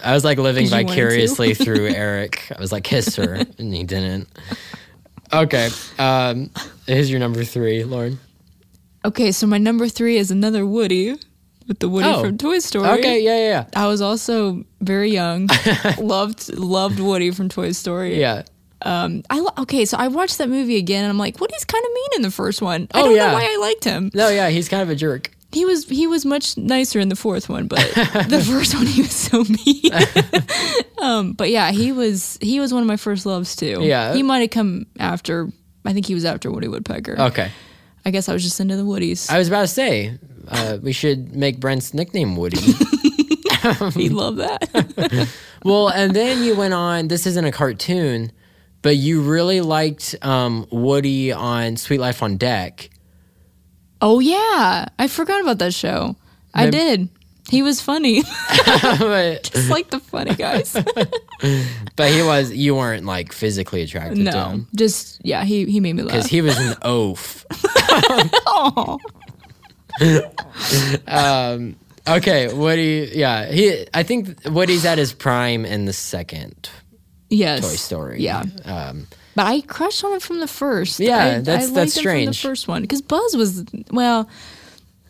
Speaker 2: I was like living
Speaker 3: Did you want him to?
Speaker 2: vicariously through Eric. I was like kiss her and he didn't. Okay. Um here's your number 3, Lauren.
Speaker 3: Okay, so my number three is another Woody with the Woody
Speaker 2: Oh.
Speaker 3: from Toy Story.
Speaker 2: Okay, yeah, yeah,
Speaker 3: I was also very young. loved loved Woody from Toy Story.
Speaker 2: yeah. Yeah.
Speaker 3: I lo- okay, so I watched that movie again, and I'm like, Woody's kind of mean in the first one. I
Speaker 2: Oh,
Speaker 3: don't
Speaker 2: yeah.
Speaker 3: know why I liked him.
Speaker 2: No, yeah, he's kind of a jerk.
Speaker 3: He was he was much nicer in the fourth one, but the first one he was so mean. um, but yeah, he was he was one of my first loves too.
Speaker 2: Yeah.
Speaker 3: he might have come after. I think he was after Woody Woodpecker.
Speaker 2: Okay.
Speaker 3: I guess I was just into the Woodies.
Speaker 2: I was about to say, uh, we should make Brent's nickname Woody.
Speaker 3: He'd love that.
Speaker 2: Well, and then you went on. This isn't a cartoon, but you really liked um, Woody on Sweet Life on Deck.
Speaker 3: Oh yeah, I forgot about that show. I
Speaker 2: Mayb-
Speaker 3: did. He was funny,
Speaker 2: but,
Speaker 3: just like the funny guys.
Speaker 2: but he was. You weren't like physically attracted to
Speaker 3: no,
Speaker 2: him
Speaker 3: just yeah, he he made me
Speaker 2: because
Speaker 3: laugh.
Speaker 2: he was an oaf.
Speaker 3: Aw.
Speaker 2: Um, Okay, Woody. Yeah, he. I think Woody's at his prime in the second
Speaker 3: yes,
Speaker 2: Toy Story.
Speaker 3: Yeah,
Speaker 2: Um,
Speaker 3: but I crushed on him from the first.
Speaker 2: Yeah,
Speaker 3: I- I
Speaker 2: that's-
Speaker 3: liked
Speaker 2: that's
Speaker 3: him From the
Speaker 2: strange.
Speaker 3: first one, because Buzz was well.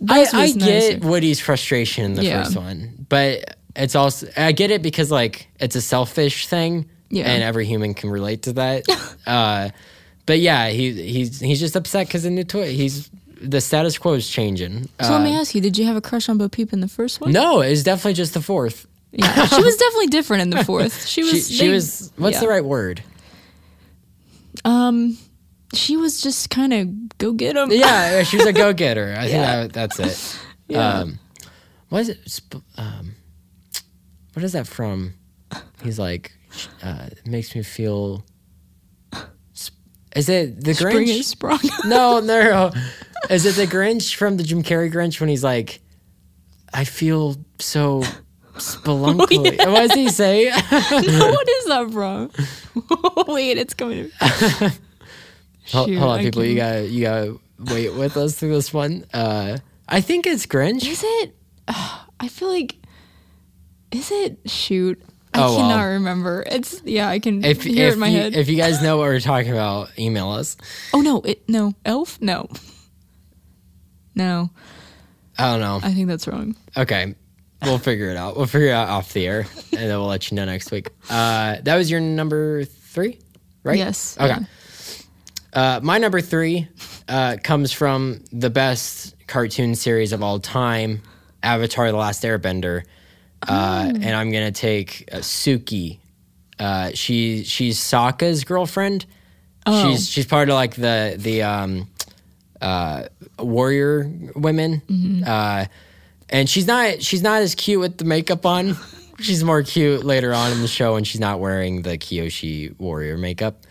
Speaker 2: I,
Speaker 3: Buzz
Speaker 2: I
Speaker 3: was
Speaker 2: get
Speaker 3: nicer.
Speaker 2: Woody's frustration in the
Speaker 3: Yeah.
Speaker 2: first one, but it's also I get it because like it's a selfish thing,
Speaker 3: Yeah.
Speaker 2: and every human can relate to that. uh, but yeah, he he's he's just upset because the new toy. He's the status quo is changing.
Speaker 3: So
Speaker 2: Uh,
Speaker 3: let me ask you: Did you have a crush on Bo Peep in the first one?
Speaker 2: no, it's definitely just the fourth.
Speaker 3: Yeah, she was definitely different in the fourth.
Speaker 2: She,
Speaker 3: She was.
Speaker 2: she
Speaker 3: they-
Speaker 2: was what's
Speaker 3: yeah. Um,
Speaker 2: the right word?
Speaker 3: She was just kind of go get him.
Speaker 2: Yeah, she was a go getter. I
Speaker 3: Yeah.
Speaker 2: think that, that's it. Um, what is it? Sp- um, what is that from? He's like, uh, it makes me feel. sp- Is it the
Speaker 3: Spring
Speaker 2: Grinch?
Speaker 3: is sprung.
Speaker 2: No, no. Is it the Grinch from the Jim Carrey Grinch when he's like, I feel so
Speaker 3: Oh,
Speaker 2: spelunkly? What does he say?
Speaker 3: what is that from? Wait, it's coming. to-
Speaker 2: Hol-
Speaker 3: Shoot,
Speaker 2: Hold on,
Speaker 3: I
Speaker 2: people. You
Speaker 3: can't-
Speaker 2: gotta, you gotta wait with us through this one. Uh, I think it's Grinch.
Speaker 3: Is it? I feel like. Is it? Shoot, I
Speaker 2: Oh, well.
Speaker 3: cannot remember. It's yeah, I can
Speaker 2: if
Speaker 3: hear
Speaker 2: if
Speaker 3: it in my
Speaker 2: you,
Speaker 3: head.
Speaker 2: if you guys know what we're talking about, email us.
Speaker 3: oh no, it no elf no. No,
Speaker 2: I don't know.
Speaker 3: I think that's wrong.
Speaker 2: Okay, we'll figure it out. We'll figure it out off the air, and then we'll let you know next week. Uh, that was your number three, right?
Speaker 3: Yes.
Speaker 2: Okay.
Speaker 3: yeah.
Speaker 2: Uh, my number three uh, comes from the best cartoon series of all time, Avatar: The Last Airbender, uh,
Speaker 3: Oh.
Speaker 2: and I'm gonna take uh, Suki. Uh, she she's Sokka's girlfriend.
Speaker 3: Oh.
Speaker 2: She's she's part of like the the um, uh, warrior women,
Speaker 3: Mm-hmm.
Speaker 2: uh, and she's not she's not as cute with the makeup on. She's more cute later on in the show when she's not wearing the Kyoshi warrior makeup.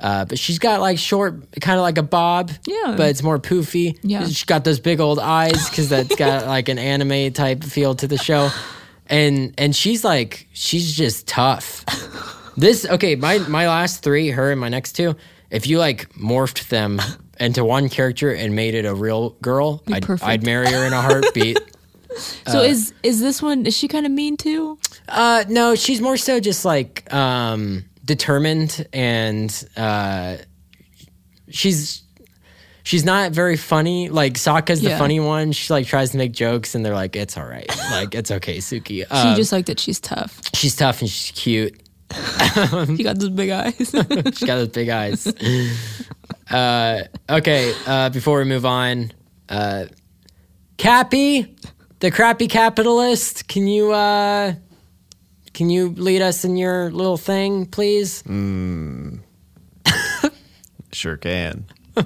Speaker 2: Uh, but she's got like short, kind of like a bob,
Speaker 3: Yeah.
Speaker 2: But it's more poofy.
Speaker 3: Yeah.
Speaker 2: she's got those big old eyes because that's got like an anime type feel to the show, and and she's like she's just tough. This okay, my my last three, her and my next two. If you like morphed them into one character and made it a real girl, I'd,
Speaker 3: perfect.
Speaker 2: I'd marry her in a heartbeat.
Speaker 4: Uh,
Speaker 3: So is is this one? Is she kind of mean too?
Speaker 2: uh, no, she's more so just like um, determined and uh, she's she's not very funny. Like Sokka's the
Speaker 3: Yeah.
Speaker 2: funny one. She like tries to make jokes and they're like, it's all right, like it's okay, Suki.
Speaker 3: She
Speaker 2: Um,
Speaker 3: just like that she's tough.
Speaker 2: she's tough and she's cute.
Speaker 3: You got those big eyes.
Speaker 2: She's got those big eyes. Uh, okay, uh, before we move on, uh, Cappy, the crappy capitalist, can you uh, can you lead us in your little thing, please?
Speaker 4: Sure can.
Speaker 2: All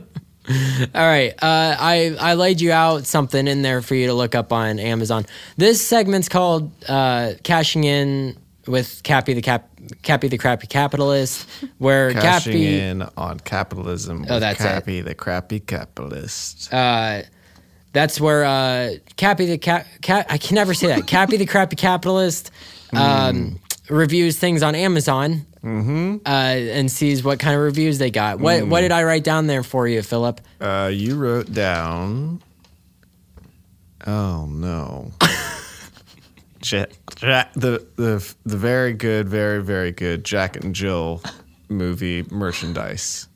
Speaker 2: right, uh, I I laid you out something in there for you to look up on Amazon. This segment's called uh, "Cashing In." With Cappy the Cap, Cappy the Crappy Capitalist, where
Speaker 4: Cashing
Speaker 2: Cappy
Speaker 4: in on capitalism.
Speaker 2: Oh,
Speaker 4: with
Speaker 2: that's it. Uh,
Speaker 4: Cappy, the crappy capitalist.
Speaker 2: That's where uh, Cappy the cat, cat I can never say that. Cappy the crappy capitalist
Speaker 4: Hmm.
Speaker 2: um, reviews things on Amazon
Speaker 4: Mm-hmm.
Speaker 2: uh, and sees what kind of reviews they got. What
Speaker 4: Hmm.
Speaker 2: what did I write down there for you, Philip?
Speaker 4: Uh, you wrote down. Oh no. Ja- Ja- the the the very good, very very good Jack and Jill movie merchandise.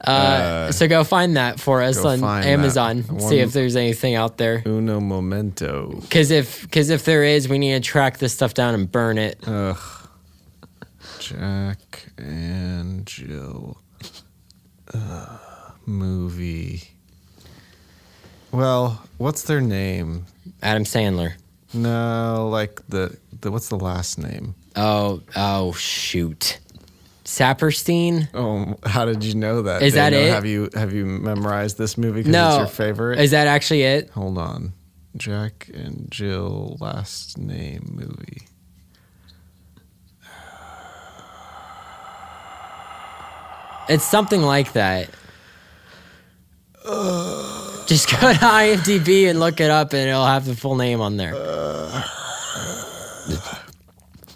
Speaker 2: Uh, so go find that for us
Speaker 4: Uh, go
Speaker 2: on
Speaker 4: find that.
Speaker 2: Amazon.
Speaker 4: One-
Speaker 2: See if there's anything out there.
Speaker 4: Uno momento.
Speaker 2: Because if because if there is, we need to track this stuff down and burn it.
Speaker 4: Uh. Jack and Jill uh, movie. Well, what's their name?
Speaker 2: Adam Sandler.
Speaker 4: No, like the, the what's the last name?
Speaker 2: Oh oh shoot, Saperstein.
Speaker 4: Oh, how did you know that?
Speaker 2: Is that
Speaker 4: Daniel?
Speaker 2: it?
Speaker 4: Have you have you memorized this movie? 'cause
Speaker 2: No,
Speaker 4: it's your favorite.
Speaker 2: Is that actually it?
Speaker 4: Hold on. Jack and Jill last name movie.
Speaker 2: It's something like that. Just go to IMDb and look it up, and it'll have the full name on there.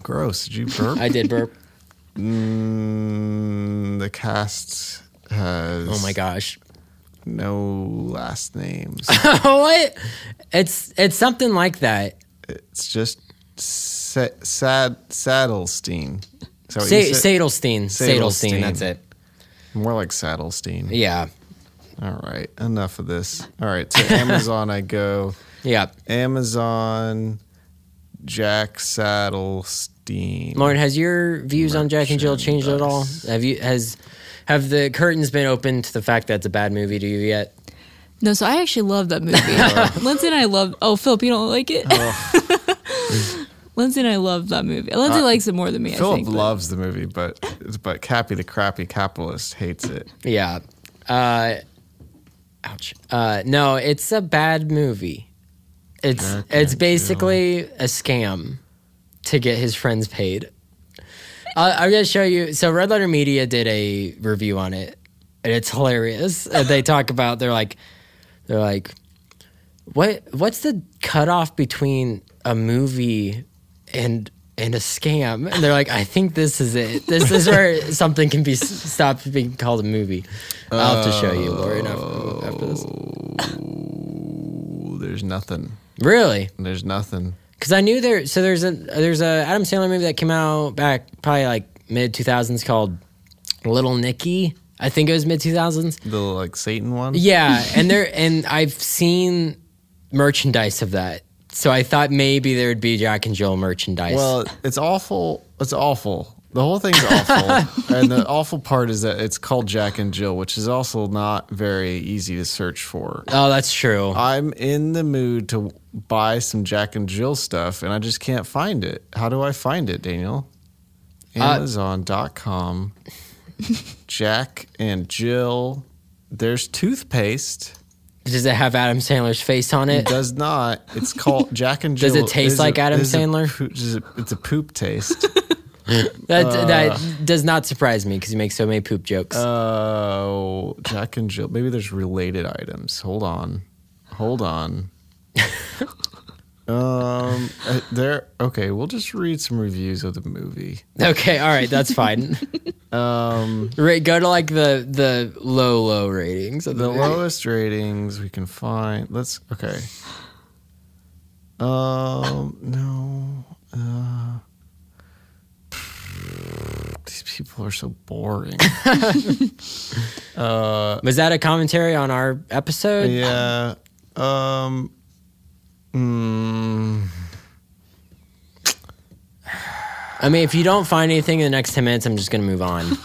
Speaker 4: Gross. Did you burp?
Speaker 2: I did burp.
Speaker 4: Mm, the cast has
Speaker 2: Oh my gosh.
Speaker 4: no last names.
Speaker 2: what? It's it's something like that.
Speaker 4: it's just sa- sad Saddlestein. Is that what Oh, you
Speaker 2: Sa-
Speaker 4: said?
Speaker 2: Sadelstein. Sadelstein.
Speaker 4: Sadelstein.
Speaker 2: That's it.
Speaker 4: More like Saddlestein.
Speaker 2: Yeah.
Speaker 4: All right, enough of this. All right, to Amazon I go.
Speaker 2: Yeah.
Speaker 4: Amazon, Jack Saddlestein.
Speaker 2: Lauren, has your views on Jack and Jill changed at all? Have you has have the curtains been opened to the fact that it's a bad movie to you yet?
Speaker 3: No, so I actually love that movie. Lindsay and I love. Oh, Philip, you don't like it. Lindsay and I love that movie. Lindsay
Speaker 4: Oh. Uh,
Speaker 3: likes it more than me. I
Speaker 4: Philip
Speaker 3: think, but-
Speaker 4: loves the movie, but but Cappy the crappy capitalist hates it.
Speaker 2: Yeah. Uh, ouch. Uh, no, it's a bad movie. It's
Speaker 4: Jack
Speaker 2: it's
Speaker 4: and
Speaker 2: basically a scam to get his friends paid. Uh, I'm gonna show you. So Red Letter Media did a review on it, and it's hilarious. Uh, they talk about they're like they're like what what's the cutoff between a movie and and a scam and they're like i think this is it this is where something can be s- stopped being called a movie i'll have to show you lauren after, after this
Speaker 4: Ooh, there's nothing.
Speaker 2: really
Speaker 4: There's nothing.
Speaker 2: because i knew there so there's a there's a adam sandler movie that came out back probably like mid 2000s called little nicky i think it was mid 2000s
Speaker 4: The like Satan one.
Speaker 2: Yeah, and there and I've seen merchandise of that. So I thought maybe there would be Jack and Jill merchandise.
Speaker 4: Well, it's awful. It's awful. The whole thing's awful. and the awful part is that it's called Jack and Jill, which is also not very easy to search for.
Speaker 2: oh, that's true.
Speaker 4: I'm in the mood to buy some Jack and Jill stuff, and I just can't find it. How do I find it, Daniel?
Speaker 2: Uh,
Speaker 4: Amazon.com. Jack and Jill. There's toothpaste.
Speaker 2: Does it have Adam Sandler's face on it?
Speaker 4: Does not. It's called Jack and Jill.
Speaker 2: Does it taste
Speaker 4: is
Speaker 2: like Adam
Speaker 4: is a
Speaker 2: Sandler?
Speaker 4: poo- is a- it's a poop taste. Mm.
Speaker 2: That
Speaker 4: Uh.
Speaker 2: that does not surprise me because he makes so many poop jokes.
Speaker 4: Oh, Jack and Jill. Maybe there's related items. Hold on. Hold on. um, uh, there. Okay, we'll just read some reviews of the movie.
Speaker 2: okay, all right, that's fine.
Speaker 4: Um,
Speaker 2: Ra- go to like the the low low ratings. Of the
Speaker 4: the lowest ratings we can find. Let's. Okay. Um, no. Uh, these people are so boring. uh,
Speaker 2: Was that a commentary on our episode?
Speaker 4: Yeah. Um. mm,
Speaker 2: I mean, if you don't find anything in the next ten minutes, I'm just gonna move on.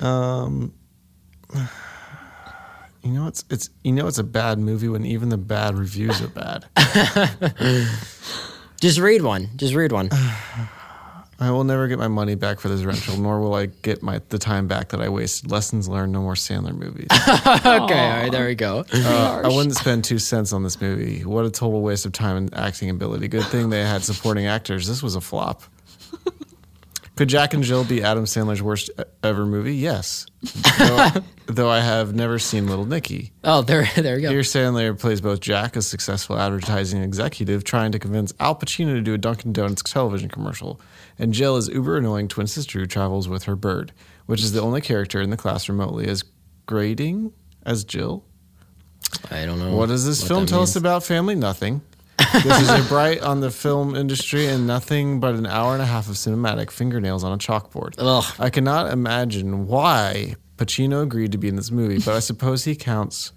Speaker 4: um. You know it's it's you know it's a bad movie when even the bad reviews are bad.
Speaker 2: just read one. Just read one.
Speaker 4: I will never get my money back for this rental, nor will I get my the time back that I wasted. Lessons learned: no more Sandler movies. Uh,
Speaker 2: okay, all right, there we go.
Speaker 4: I wouldn't spend two cents on this movie. What a total waste of time and acting ability. Good thing they had supporting actors. This was a flop. Could Jack and Jill be Adam Sandler's worst e- ever movie? Yes. Though, though I have never seen Little Nicky.
Speaker 2: Oh, there there we go.
Speaker 4: Here, Sandler plays both Jack, a successful advertising executive, trying to convince Al Pacino to do a Dunkin' Donuts television commercial, and Jill is uber annoying twin sister who travels with her bird, which is the only character in the class remotely as grading as Jill.
Speaker 2: I don't know.
Speaker 4: What does this
Speaker 2: what
Speaker 4: film
Speaker 2: that
Speaker 4: tell us
Speaker 2: means.
Speaker 4: about family? Nothing. this is a bright on the film industry and nothing but an hour and a half of cinematic fingernails on a chalkboard.
Speaker 2: Ugh.
Speaker 4: I cannot imagine why Pacino agreed to be in this movie, but I suppose he counts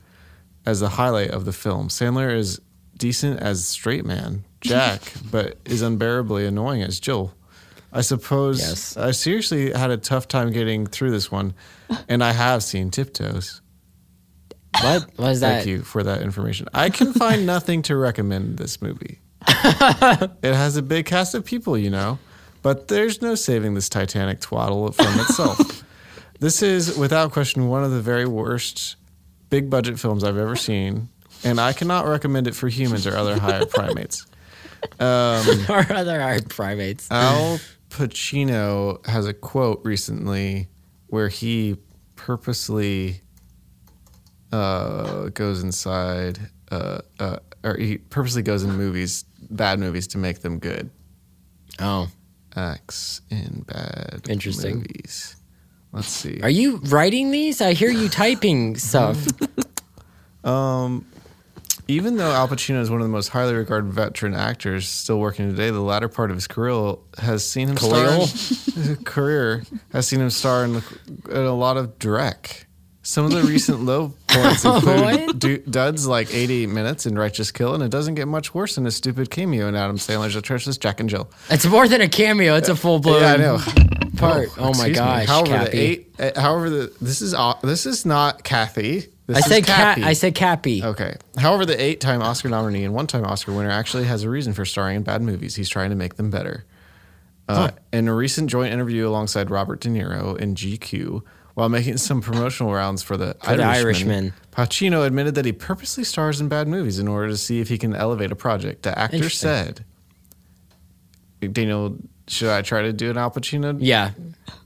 Speaker 4: as the highlight of the film. Sandler is decent as straight man, Jack, but is unbearably annoying as Jill. I suppose
Speaker 2: Yes.
Speaker 4: I seriously had a tough time getting through this one, and I have seen Tiptoes.
Speaker 2: What? What is that?
Speaker 4: Thank you for that information. I can find nothing to recommend this movie. it has a big cast of people, you know, but there's no saving this Titanic twaddle from itself. this is, without question, one of the very worst big budget films I've ever seen. and I cannot recommend it for humans or other higher primates.
Speaker 2: Our other are primates.
Speaker 4: Al Pacino has a quote recently where he purposely uh, goes inside, uh, uh, or he purposely goes in movies, bad movies, to make them good.
Speaker 2: oh,
Speaker 4: Acts in bad
Speaker 2: Interesting.
Speaker 4: movies. Let's see.
Speaker 2: are you writing these? I hear you typing stuff.
Speaker 4: Even though Al Pacino is one of the most highly regarded veteran actors still working today, the latter part of his career has seen him
Speaker 2: Khalil?
Speaker 4: star in, career has seen him star in, in a lot of dreck. Some of the recent low points include
Speaker 2: What?
Speaker 4: du- duds like 88 Minutes in Righteous Kill, and it doesn't get much worse than a stupid cameo in Adam Sandler's atrocious Jack and Jill.
Speaker 2: It's more than a cameo. It's a full blown
Speaker 4: Yeah, I know.
Speaker 2: part. Oh,
Speaker 4: Excuse
Speaker 2: my
Speaker 4: me.
Speaker 2: gosh,
Speaker 4: However,
Speaker 2: Cappy.
Speaker 4: the eight. uh, however, the this is au- this is not Kathy. This
Speaker 2: I
Speaker 4: is
Speaker 2: said cat.
Speaker 4: Cappy. Oh.
Speaker 2: I said Cappy.
Speaker 4: Okay. However, the eight time Oscar nominee and one time Oscar winner actually has a reason for starring in bad movies. He's trying to make them better. Uh, In a recent joint interview alongside Robert De Niro in GQ, while making some promotional rounds for the,
Speaker 2: the
Speaker 4: Irishman,
Speaker 2: Irishman.
Speaker 4: Pacino admitted that he purposely stars in bad movies in order to see if he can elevate a project. The actor
Speaker 2: Interesting.
Speaker 4: said, Daniel, should I try to do an Al Pacino?
Speaker 2: Yeah,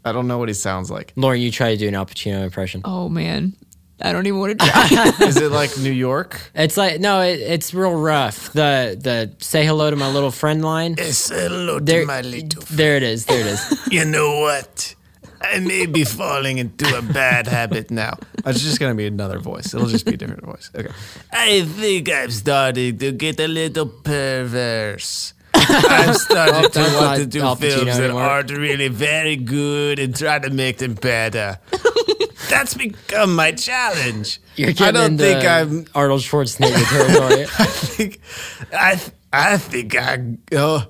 Speaker 4: I don't know what he sounds like.
Speaker 2: Lauren, you try to do an Al Pacino impression.
Speaker 3: Oh man, I don't even want to try.
Speaker 4: Is it like New York?
Speaker 2: It's like no, it, it's real rough. The the say hello to my little friend line.
Speaker 4: Hello
Speaker 2: There, there it is. There it is.
Speaker 4: you know what? I may be falling into a bad habit now. It's just going to be another voice. It'll just be a different voice. Okay. I think I'm starting to get a little perverse. I'm starting to
Speaker 2: that's not
Speaker 4: want to do
Speaker 2: Al Pacino
Speaker 4: films that
Speaker 2: anymore.
Speaker 4: aren't really very good and try to make them better. That's become my challenge.
Speaker 2: You're getting
Speaker 4: I don't
Speaker 2: into
Speaker 4: think I'm
Speaker 2: Arnold Schwarzenegger territory.
Speaker 4: I think I th- I think I go.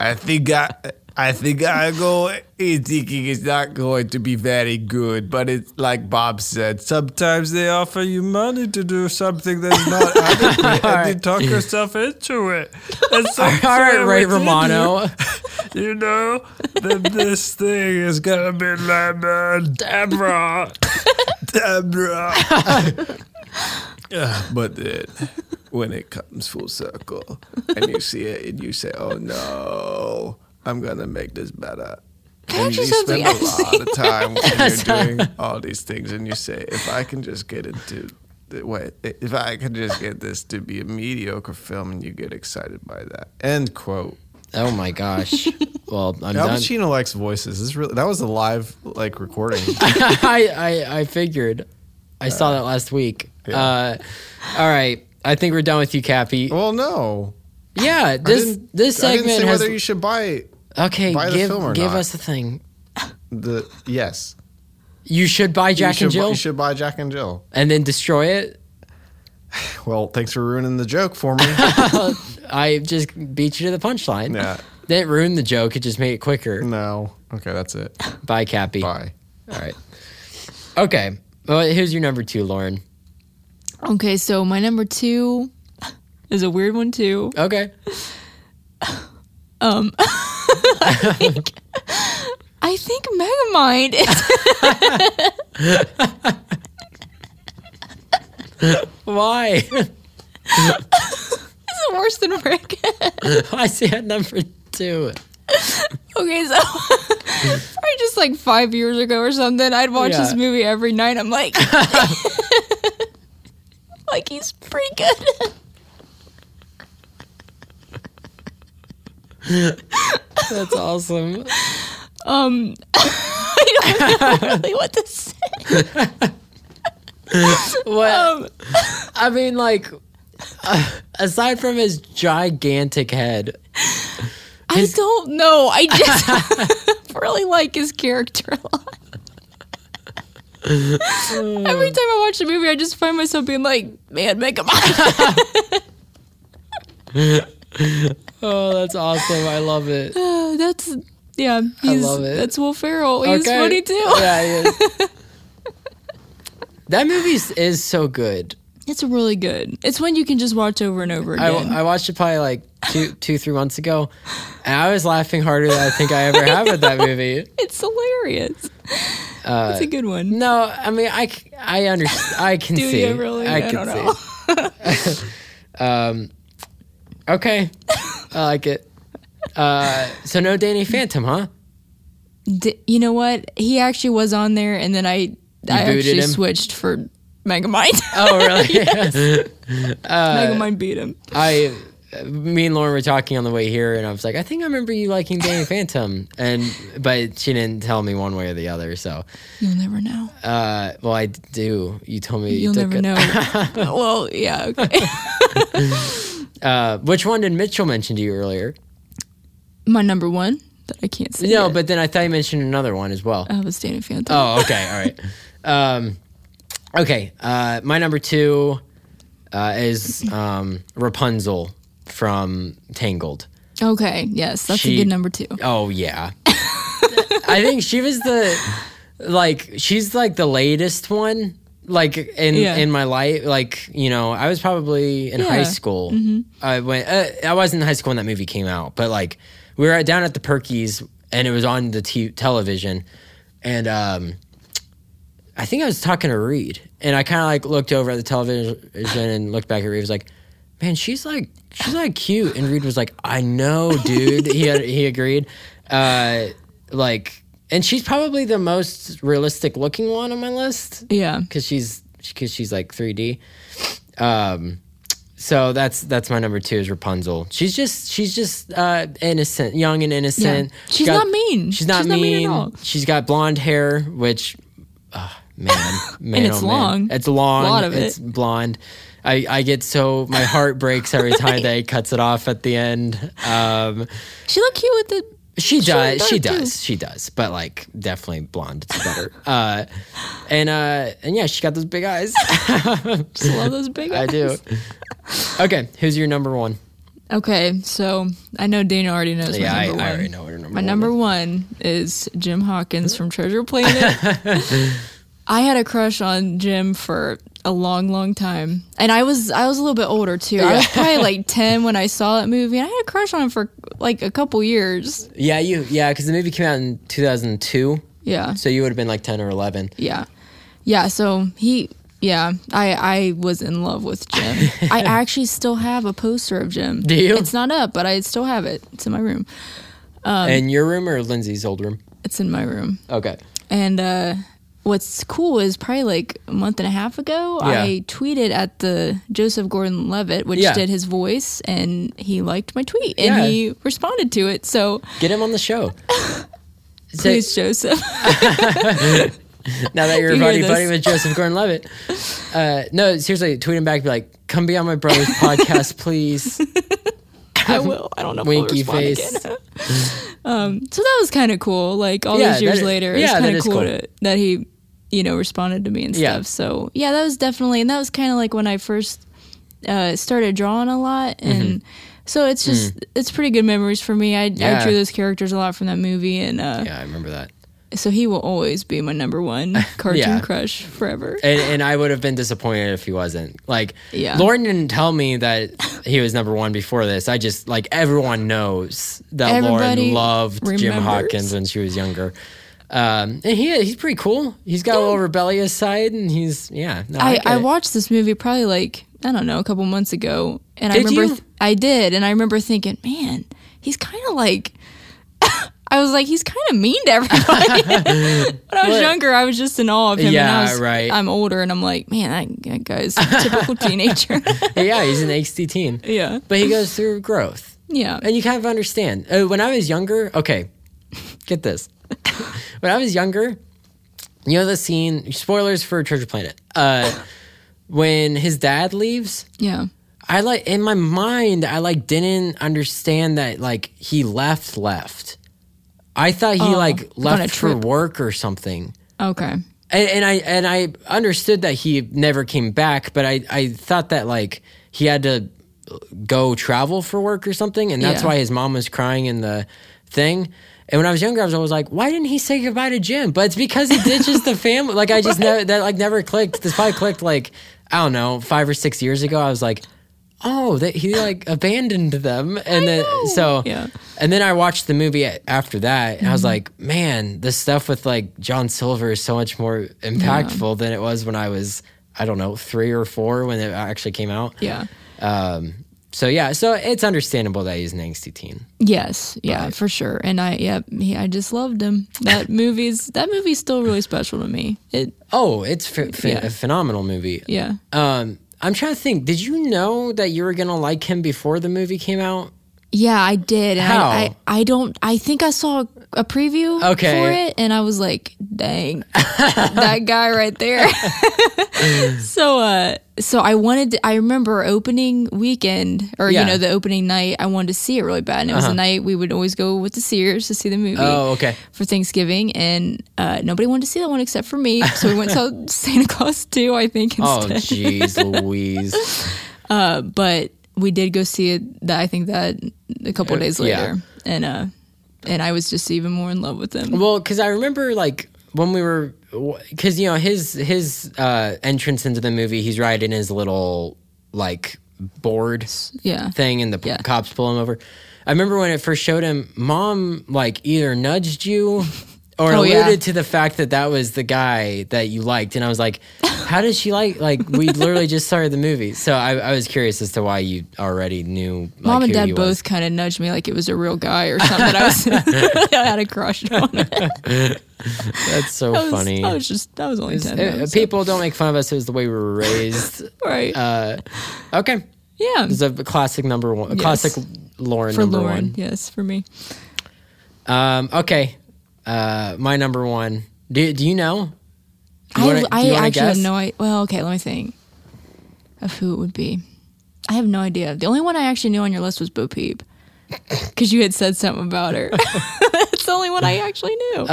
Speaker 4: I, think I. I think I go in thinking it's not going to be very good, but it's like Bob said. Sometimes they offer you money to do something that's not adequate, and you talk yourself into it. And
Speaker 2: All right,
Speaker 4: sometimes
Speaker 2: Ray
Speaker 4: it-
Speaker 2: Romano.
Speaker 4: you know that this thing is gonna be like uh, Deborah, Deborah. Uh, but then, when it comes full circle, and you see it, and you say, "Oh no, I'm gonna make this better." And you
Speaker 3: actually sounds
Speaker 4: spend
Speaker 3: like
Speaker 4: a lot of time when you're doing all these things, and you say, "If I can just get it to." Wait, if I can just get this to be a mediocre film and you get excited by that. End quote.
Speaker 2: Oh my gosh. Well, I'm
Speaker 4: Al
Speaker 2: done.
Speaker 4: Pacino likes voices. This is really that was a live like recording.
Speaker 2: I, I I figured. I saw that last week. Uh, all right. I think we're done with you, Cappy.
Speaker 4: well, no.
Speaker 2: Yeah, this
Speaker 4: didn't-
Speaker 2: this
Speaker 4: I didn't
Speaker 2: segment
Speaker 4: say
Speaker 2: has
Speaker 4: whether you should buy
Speaker 2: okay.
Speaker 4: buy the
Speaker 2: Give
Speaker 4: film or
Speaker 2: give
Speaker 4: not.
Speaker 2: us a thing.
Speaker 4: the yes.
Speaker 2: You should buy
Speaker 4: You
Speaker 2: Jack
Speaker 4: should
Speaker 2: and
Speaker 4: bu-
Speaker 2: Jill
Speaker 4: you should buy Jack and Jill.
Speaker 2: and then destroy it.
Speaker 4: Well, thanks for ruining the joke for me.
Speaker 2: I just beat you to the punchline.
Speaker 4: Yeah.
Speaker 2: Didn't ruin the joke. It just made it quicker.
Speaker 4: no. Okay, that's it.
Speaker 2: Bye, Cappy.
Speaker 4: Mm. Bye.
Speaker 2: All right. Okay. Well, here's your number two, Lauren.
Speaker 3: okay, so my number two is a weird one too.
Speaker 2: Okay.
Speaker 3: I think Megamind. Is,
Speaker 2: Why?
Speaker 3: is worse than Rick?
Speaker 2: I see at number two.
Speaker 3: Okay, so probably just like five years ago or something, I'd watch
Speaker 2: Yeah.
Speaker 3: this movie every night. I'm like, like he's pretty good.
Speaker 2: That's awesome.
Speaker 3: Um, I don't know really what to say.
Speaker 2: What?
Speaker 3: Um,
Speaker 2: I mean, like, uh, aside from his gigantic head,
Speaker 3: I don't know. I just really like his character a lot. every time I watch the movie, I just find myself being like, man, make him.
Speaker 2: oh, that's awesome. I love it.
Speaker 3: Oh, that's yeah. He's,
Speaker 2: love it.
Speaker 3: That's Will Ferrell. He's
Speaker 2: Okay.
Speaker 3: funny too.
Speaker 2: Yeah, he is. that movie is so good.
Speaker 3: It's really good. It's one you can just watch over and over
Speaker 2: I,
Speaker 3: again.
Speaker 2: I watched it probably like two, two, three months ago, and I was laughing harder than I think I ever have at that movie.
Speaker 3: it's hilarious. it's a good one.
Speaker 2: Uh, No, I mean I, c- I understand. I can
Speaker 3: Do
Speaker 2: see.
Speaker 3: you really? I,
Speaker 2: can
Speaker 3: don't
Speaker 2: see.
Speaker 3: know.
Speaker 2: Okay, I like it. Uh, so no Danny Phantom, huh?
Speaker 3: D- you know what? He actually was on there, and then I I
Speaker 2: booted
Speaker 3: actually
Speaker 2: him?
Speaker 3: switched for Megamind.
Speaker 2: Oh really?
Speaker 3: Megamind beat him.
Speaker 2: I, me and Lauren were talking on the way here, and I was like, I think I remember you liking Danny Phantom, and but she didn't tell me one way or the other. So,
Speaker 3: You'll never know.
Speaker 2: uh, well, I do. You told me
Speaker 3: You'll
Speaker 2: you took
Speaker 3: never
Speaker 2: it.
Speaker 3: know. well, yeah. Okay.
Speaker 2: Uh, which one did Mitchell mention to you earlier?
Speaker 3: My number one that I can't see.
Speaker 2: No,
Speaker 3: yet.
Speaker 2: but then I thought you mentioned another one as well.
Speaker 3: I was Danny Phantom.
Speaker 2: Oh, okay, all right. Um, okay, uh, my number two uh, is um, Rapunzel from Tangled.
Speaker 3: Okay. Yes, that's
Speaker 2: She-
Speaker 3: a good number two.
Speaker 2: Oh yeah. I think she was the like she's like the latest one like in
Speaker 3: Yeah.
Speaker 2: in my life like you know I was probably in high
Speaker 3: Yeah.
Speaker 2: school. I went uh, I wasn't in high school when that movie came out, but like we were at, down at the Perkies and it was on the t- television and um I think I was talking to Reed and I kind of like looked over at the television and looked back at Reed was like man, she's like she's like cute. And Reed was like, I know, dude. he he agreed. Uh, like, and she's probably the most realistic looking one on my list
Speaker 3: Yeah.
Speaker 2: because she's because she's like 3D. Um, so that's that's my number two is Rapunzel. She's just she's just uh, innocent, young and innocent.
Speaker 3: Yeah. She's not mean.
Speaker 2: She's not
Speaker 3: She's not mean at
Speaker 2: mean.
Speaker 3: all.
Speaker 2: She's got blonde hair, which ah, man, man,
Speaker 3: it's
Speaker 2: oh, man.
Speaker 3: long.
Speaker 2: It's long.
Speaker 3: A lot of
Speaker 2: it's
Speaker 3: it.
Speaker 2: blonde. I, I get so my heart breaks every time that he cuts it off at the end. Um,
Speaker 3: She looked cute with it.
Speaker 2: she
Speaker 3: Short
Speaker 2: does. She
Speaker 3: dark, too.
Speaker 2: does. She does. But like definitely blonde. It's better. uh, and uh, and yeah, she got those big eyes.
Speaker 3: Just love those big.
Speaker 2: I
Speaker 3: eyes.
Speaker 2: do. Okay, who's your number one?
Speaker 3: Okay, so I know Dana already knows
Speaker 2: yeah,
Speaker 3: my
Speaker 2: I, I
Speaker 3: number one.
Speaker 2: already know what her number.
Speaker 3: My
Speaker 2: one
Speaker 3: number
Speaker 2: is.
Speaker 3: one is Jim Hawkins from Treasure Planet. I had a crush on Jim for a long, long time, and I was I was a little bit older too. I was probably like ten when I saw that movie, and I had a crush on him for like a couple years.
Speaker 2: Yeah, you. Yeah, because the movie came out in 2002,
Speaker 3: Yeah,
Speaker 2: so you would have been like 10 or 11.
Speaker 3: yeah, yeah. So he, yeah, I I was in love with Jim. I actually still have a poster of Jim.
Speaker 2: Do you?
Speaker 3: It's not up, but I still have it. It's in my room. Um,
Speaker 2: in your room or Lindsay's old room?
Speaker 3: It's in my room.
Speaker 2: Okay.
Speaker 3: And uh, what's cool is probably like a month and a half ago,
Speaker 2: Yeah.
Speaker 3: I tweeted at the Joseph Gordon Levitt, which
Speaker 2: Yeah.
Speaker 3: did his voice, and he liked my tweet and
Speaker 2: Yeah.
Speaker 3: he responded to it. So
Speaker 2: Get him on the show. So,
Speaker 3: please, Joseph.
Speaker 2: now that you're
Speaker 3: you
Speaker 2: buddy
Speaker 3: hear
Speaker 2: buddy
Speaker 3: this.
Speaker 2: with Joseph Gordon-Levitt. Uh, no, seriously, tweet him back. Be like, come be on my brother's podcast, please.
Speaker 3: I will. I don't know. if I'll
Speaker 2: Winky
Speaker 3: respond
Speaker 2: face.
Speaker 3: again. So that was kind of cool. Like all
Speaker 2: Yeah,
Speaker 3: these years
Speaker 2: that i-
Speaker 3: later,
Speaker 2: yeah,
Speaker 3: it's
Speaker 2: that
Speaker 3: kind of
Speaker 2: is
Speaker 3: cool,
Speaker 2: cool.
Speaker 3: To, that he, you know, responded to me and
Speaker 2: Yeah.
Speaker 3: stuff. So yeah, that was definitely, and that was kind of like when I first uh, started drawing a lot,
Speaker 2: Mm-hmm.
Speaker 3: and so it's just it's pretty good memories for me. I,
Speaker 2: Mm. Yeah.
Speaker 3: I drew those characters a lot from that movie, and uh,
Speaker 2: yeah, I remember that.
Speaker 3: so he will always be my number one cartoon
Speaker 2: Yeah.
Speaker 3: crush forever.
Speaker 2: and, and I would have been disappointed if he wasn't. Like,
Speaker 3: Yeah.
Speaker 2: Lauren didn't tell me that he was number one before this. I just like everyone knows that Lauren
Speaker 3: Everybody
Speaker 2: loved Jim
Speaker 3: remembers.
Speaker 2: Hawkins when she was younger. Um, and he he's pretty cool. He's got a little rebellious side, and he's yeah. No,
Speaker 3: I,
Speaker 2: get
Speaker 3: I
Speaker 2: it.
Speaker 3: watched this movie probably like I don't know a couple months ago, and
Speaker 2: Did
Speaker 3: I remember
Speaker 2: you?
Speaker 3: th- I did, and I remember thinking, man, he's kind of like. I was like, he's kind of mean to everybody. when I was
Speaker 2: What?
Speaker 3: younger, I was just in awe of him. and
Speaker 2: Yeah,
Speaker 3: I was,
Speaker 2: right.
Speaker 3: I'm older, and I'm like, man, that, that guy's a typical teenager.
Speaker 2: yeah, he's an angsty teen,
Speaker 3: yeah,
Speaker 2: but he goes through growth.
Speaker 3: yeah,
Speaker 2: and you kind of understand. Uh, when I was younger, okay, get this. when I was younger, you know the scene. Spoilers for Treasure Planet. Uh, when his dad leaves,
Speaker 3: yeah,
Speaker 2: I like in my mind, I like didn't understand that like he left left. I thought he
Speaker 3: Oh,
Speaker 2: like
Speaker 3: on a
Speaker 2: left for
Speaker 3: trip.
Speaker 2: work or something
Speaker 3: okay,
Speaker 2: and, and I and I understood that he never came back, but I I thought that like he had to go travel for work or something, and that's
Speaker 3: Yeah.
Speaker 2: why his mom was crying in the thing. And when I was younger, I was always like, "Why didn't he say goodbye to Jim?" But it's because he ditches the family. Like I just never that like never clicked. This probably clicked like I don't know, five or six years ago, I was like, oh, that he like abandoned them, and then so
Speaker 3: Yeah.
Speaker 2: and then I watched the movie a- after that, and I
Speaker 3: Mm-hmm.
Speaker 2: was like, man, the stuff with like John Silver is so much more impactful than it was when I was, I don't know, three or four when it actually came out.
Speaker 3: Yeah.
Speaker 2: Um, so yeah, so it's understandable that he's an angsty teen.
Speaker 3: Yes, yeah, for sure. And I, yeah, he, I just loved him. That movie's that movie's still really special to me. It,
Speaker 2: Oh, it's ph- ph-
Speaker 3: Yeah.
Speaker 2: a phenomenal movie.
Speaker 3: yeah.
Speaker 2: Um, I'm trying to think. Did you know that you were gonna like him before the movie came out?
Speaker 3: Yeah, I did. And
Speaker 2: How?
Speaker 3: I, I, I don't. I think I saw a preview
Speaker 2: Okay.
Speaker 3: for it, and I was like, "Dang, that guy right there." so, uh, so I wanted. To, I remember opening weekend, or
Speaker 2: Yeah. Uh-huh.
Speaker 3: you know, the opening night. I wanted to see it really bad, and it was the night we would always go with the Sears to see the movie
Speaker 2: Oh, okay.
Speaker 3: for Thanksgiving, and uh, nobody wanted to see that one except for me. So we went to Santa Claus Two, I think.
Speaker 2: Oh,
Speaker 3: Instead.
Speaker 2: jeez, Louise.
Speaker 3: but we did go see it that I think that a couple days
Speaker 2: Uh, yeah.
Speaker 3: later and uh and I was just even more in love with him.
Speaker 2: Well, because I remember like when we were, because you know his his uh, entrance into the movie, he's riding his little like board
Speaker 3: yeah.
Speaker 2: thing, and the p-
Speaker 3: Yeah.
Speaker 2: cops pull him over. I remember when it first showed him, mom like either nudged you. Or
Speaker 3: Oh,
Speaker 2: alluded
Speaker 3: yeah.
Speaker 2: to the fact that that was the guy that you liked, and I was like, "How did she like? Like, we literally just started the movie, so I, I was curious as to why you already knew." Like,
Speaker 3: Mom and
Speaker 2: who he
Speaker 3: dad
Speaker 2: was.
Speaker 3: both kind of nudged me like it was a real guy or something. I was I had a crush on it.
Speaker 2: That's so
Speaker 3: I was,
Speaker 2: funny.
Speaker 3: I was just that was only ten.
Speaker 2: Uh,
Speaker 3: minutes, so-
Speaker 2: people don't make fun of us. It was the way we were raised.
Speaker 3: right?
Speaker 2: uh, okay,
Speaker 3: yeah,
Speaker 2: it's a classic number one. a Classic Lauren
Speaker 3: for
Speaker 2: number
Speaker 3: Lauren. Yes, for me.
Speaker 2: one. Um, okay, uh, my number one. Do Do you know? Do you wanna-
Speaker 3: I
Speaker 2: do
Speaker 3: I
Speaker 2: you wanna
Speaker 3: actually
Speaker 2: guess?
Speaker 3: have no idea. Well, okay, let me think of who it would be. I have no idea. The only one I actually knew on your list was Bo Peep because you had said something about her. That's the only one I actually knew.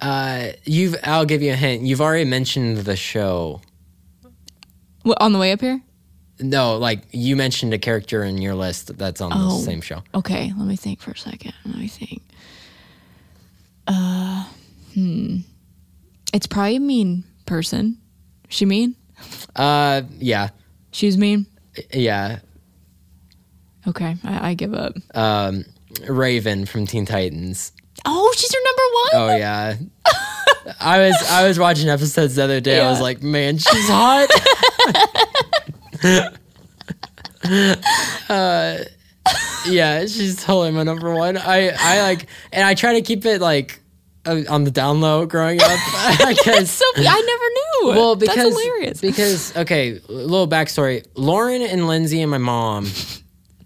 Speaker 2: Uh, you've. I'll give you a hint. You've already mentioned the show.
Speaker 3: What, on the way up here?
Speaker 2: No, like you mentioned a character in your list that's on
Speaker 3: Oh.
Speaker 2: the same show.
Speaker 3: Okay, let me think for a second. Let me think. Uh, hmm. It's probably a mean person. She mean?
Speaker 2: Uh, yeah,
Speaker 3: She was mean.
Speaker 2: yeah.
Speaker 3: Okay, I, I give up.
Speaker 2: Um, Raven from Teen Titans.
Speaker 3: oh, she's your number one.
Speaker 2: Oh yeah. I was I was watching episodes the other day. I was
Speaker 3: Yeah.
Speaker 2: like, man, she's hot. uh, yeah, she's totally my number one. I I like, and I try to keep it like uh, on the down low growing up because
Speaker 3: So I never knew.
Speaker 2: well because
Speaker 3: that's hilarious.
Speaker 2: because okay, a little backstory. Lauren and Lindsay and my mom.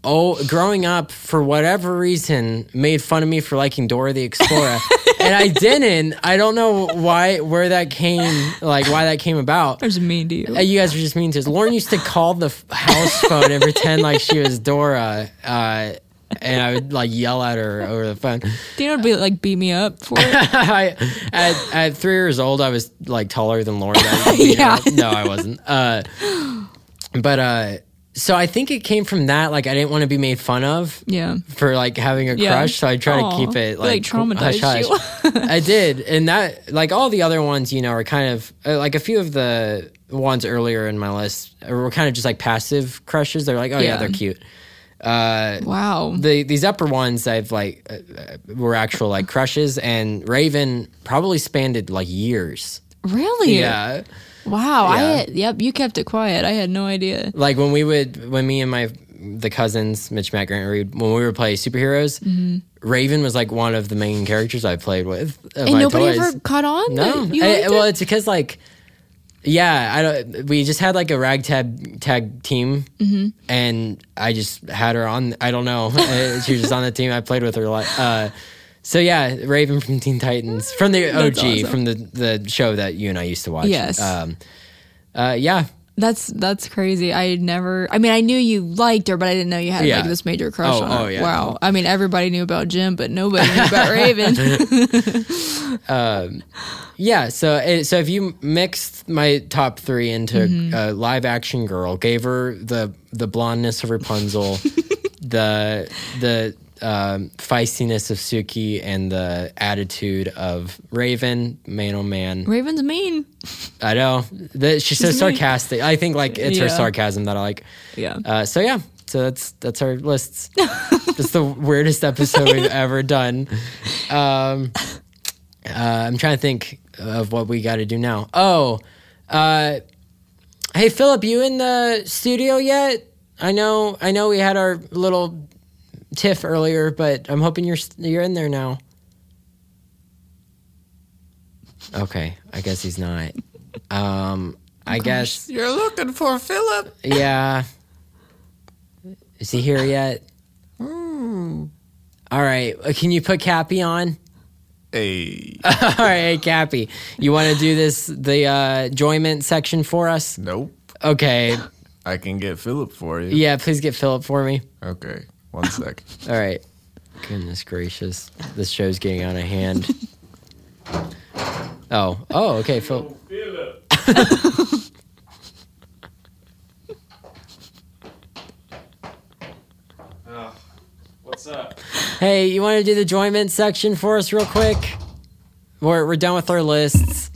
Speaker 2: Oh, growing up, for whatever reason, made fun of me for liking Dora the Explorer, and I didn't. I don't know why, where that came, like why that came about.
Speaker 3: There's mean to you.
Speaker 2: Uh, You guys were just mean to us. Lauren used to call the f- house phone and pretend like she was Dora, uh, and I would like yell at her over the phone.
Speaker 3: Dana would be like, beat me up for it.
Speaker 2: I, at, at three years old, I was like taller than Lauren. I- you
Speaker 3: Yeah.
Speaker 2: know, no, I wasn't. Uh, but uh, so I think it came from that. Like I didn't want to be made fun of
Speaker 3: yeah.
Speaker 2: for like having a
Speaker 3: Yeah.
Speaker 2: crush, so I try
Speaker 3: Aw.
Speaker 2: to keep it
Speaker 3: They, like,
Speaker 2: like,
Speaker 3: traumatized you.
Speaker 2: I did, and that like all the other ones, you know, are kind of uh, like a few of the ones earlier in my list were kind of just like passive crushes. They're like, oh yeah,
Speaker 3: Yeah.
Speaker 2: they're cute.
Speaker 3: Wow.
Speaker 2: The these upper ones I've like uh, uh, were actual like crushes, and Raven probably spanned like years.
Speaker 3: Really?
Speaker 2: yeah.
Speaker 3: Wow. I
Speaker 2: Yeah.
Speaker 3: had, yep, you kept it quiet. I had no idea.
Speaker 2: like when we would when me and my the cousins Mitch Matt Grant Reed when we would play superheroes
Speaker 3: Mm-hmm.
Speaker 2: Raven was like one of the main characters I played with of
Speaker 3: And
Speaker 2: my
Speaker 3: nobody
Speaker 2: toys.
Speaker 3: ever caught on?
Speaker 2: no
Speaker 3: that You
Speaker 2: I-
Speaker 3: liked
Speaker 2: well
Speaker 3: it?
Speaker 2: it's because like yeah I don't we just had like a ragtag tag team
Speaker 3: Mm-hmm.
Speaker 2: and I just had her on I don't know Uh, she was just on the team I played with her a lot uh so yeah, Raven from Teen Titans, from the OG,
Speaker 3: That's awesome.
Speaker 2: from the, the show that you and I used to watch.
Speaker 3: Yes.
Speaker 2: Um, uh, yeah,
Speaker 3: That's that's crazy. I had never. I mean, I knew you liked her, but I didn't know you had
Speaker 2: Yeah.
Speaker 3: like this major crush
Speaker 2: Oh,
Speaker 3: on her.
Speaker 2: oh, yeah.
Speaker 3: Wow. I mean, everybody knew about Jim, but nobody knew about Raven.
Speaker 2: Yeah, so eh, so if you mixed my top three into a live action girl, gave her the the blondness of Rapunzel, the the um, feistiness of Suki and the attitude of Raven, man oh man,
Speaker 3: Raven's mean.
Speaker 2: I know that she's so
Speaker 3: She's mean.
Speaker 2: sarcastic. I think like it's her
Speaker 3: Yeah.
Speaker 2: sarcasm that I like.
Speaker 3: Yeah.
Speaker 2: Uh, so yeah, so that's that's our lists. that's the weirdest episode we've ever done. Um, uh, I'm trying to think of what we got to do now. Oh, uh, hey Philip, you in the studio yet? I know, I know, we had our little tiff earlier, but I'm hoping you're you're in there now. Okay, I guess he's not. Um, I guess
Speaker 4: You're looking for Philip.
Speaker 2: yeah. Is he here yet? Hmm. All right. uh, Can you put Cappy on?
Speaker 4: Hey,
Speaker 2: All right, hey, Cappy. You want to do this, the uh, enjoyment section for us?
Speaker 4: nope.
Speaker 2: Okay.
Speaker 4: I can get Philip for you.
Speaker 2: Yeah, please get Philip for me.
Speaker 4: Okay, one sec.
Speaker 2: All right. Goodness gracious. This show's getting out of hand. Oh, oh, okay, Phil.
Speaker 1: Ah, What's up?
Speaker 2: Hey, you want to do the enjoyment section for us real quick? We're, we're done with our lists.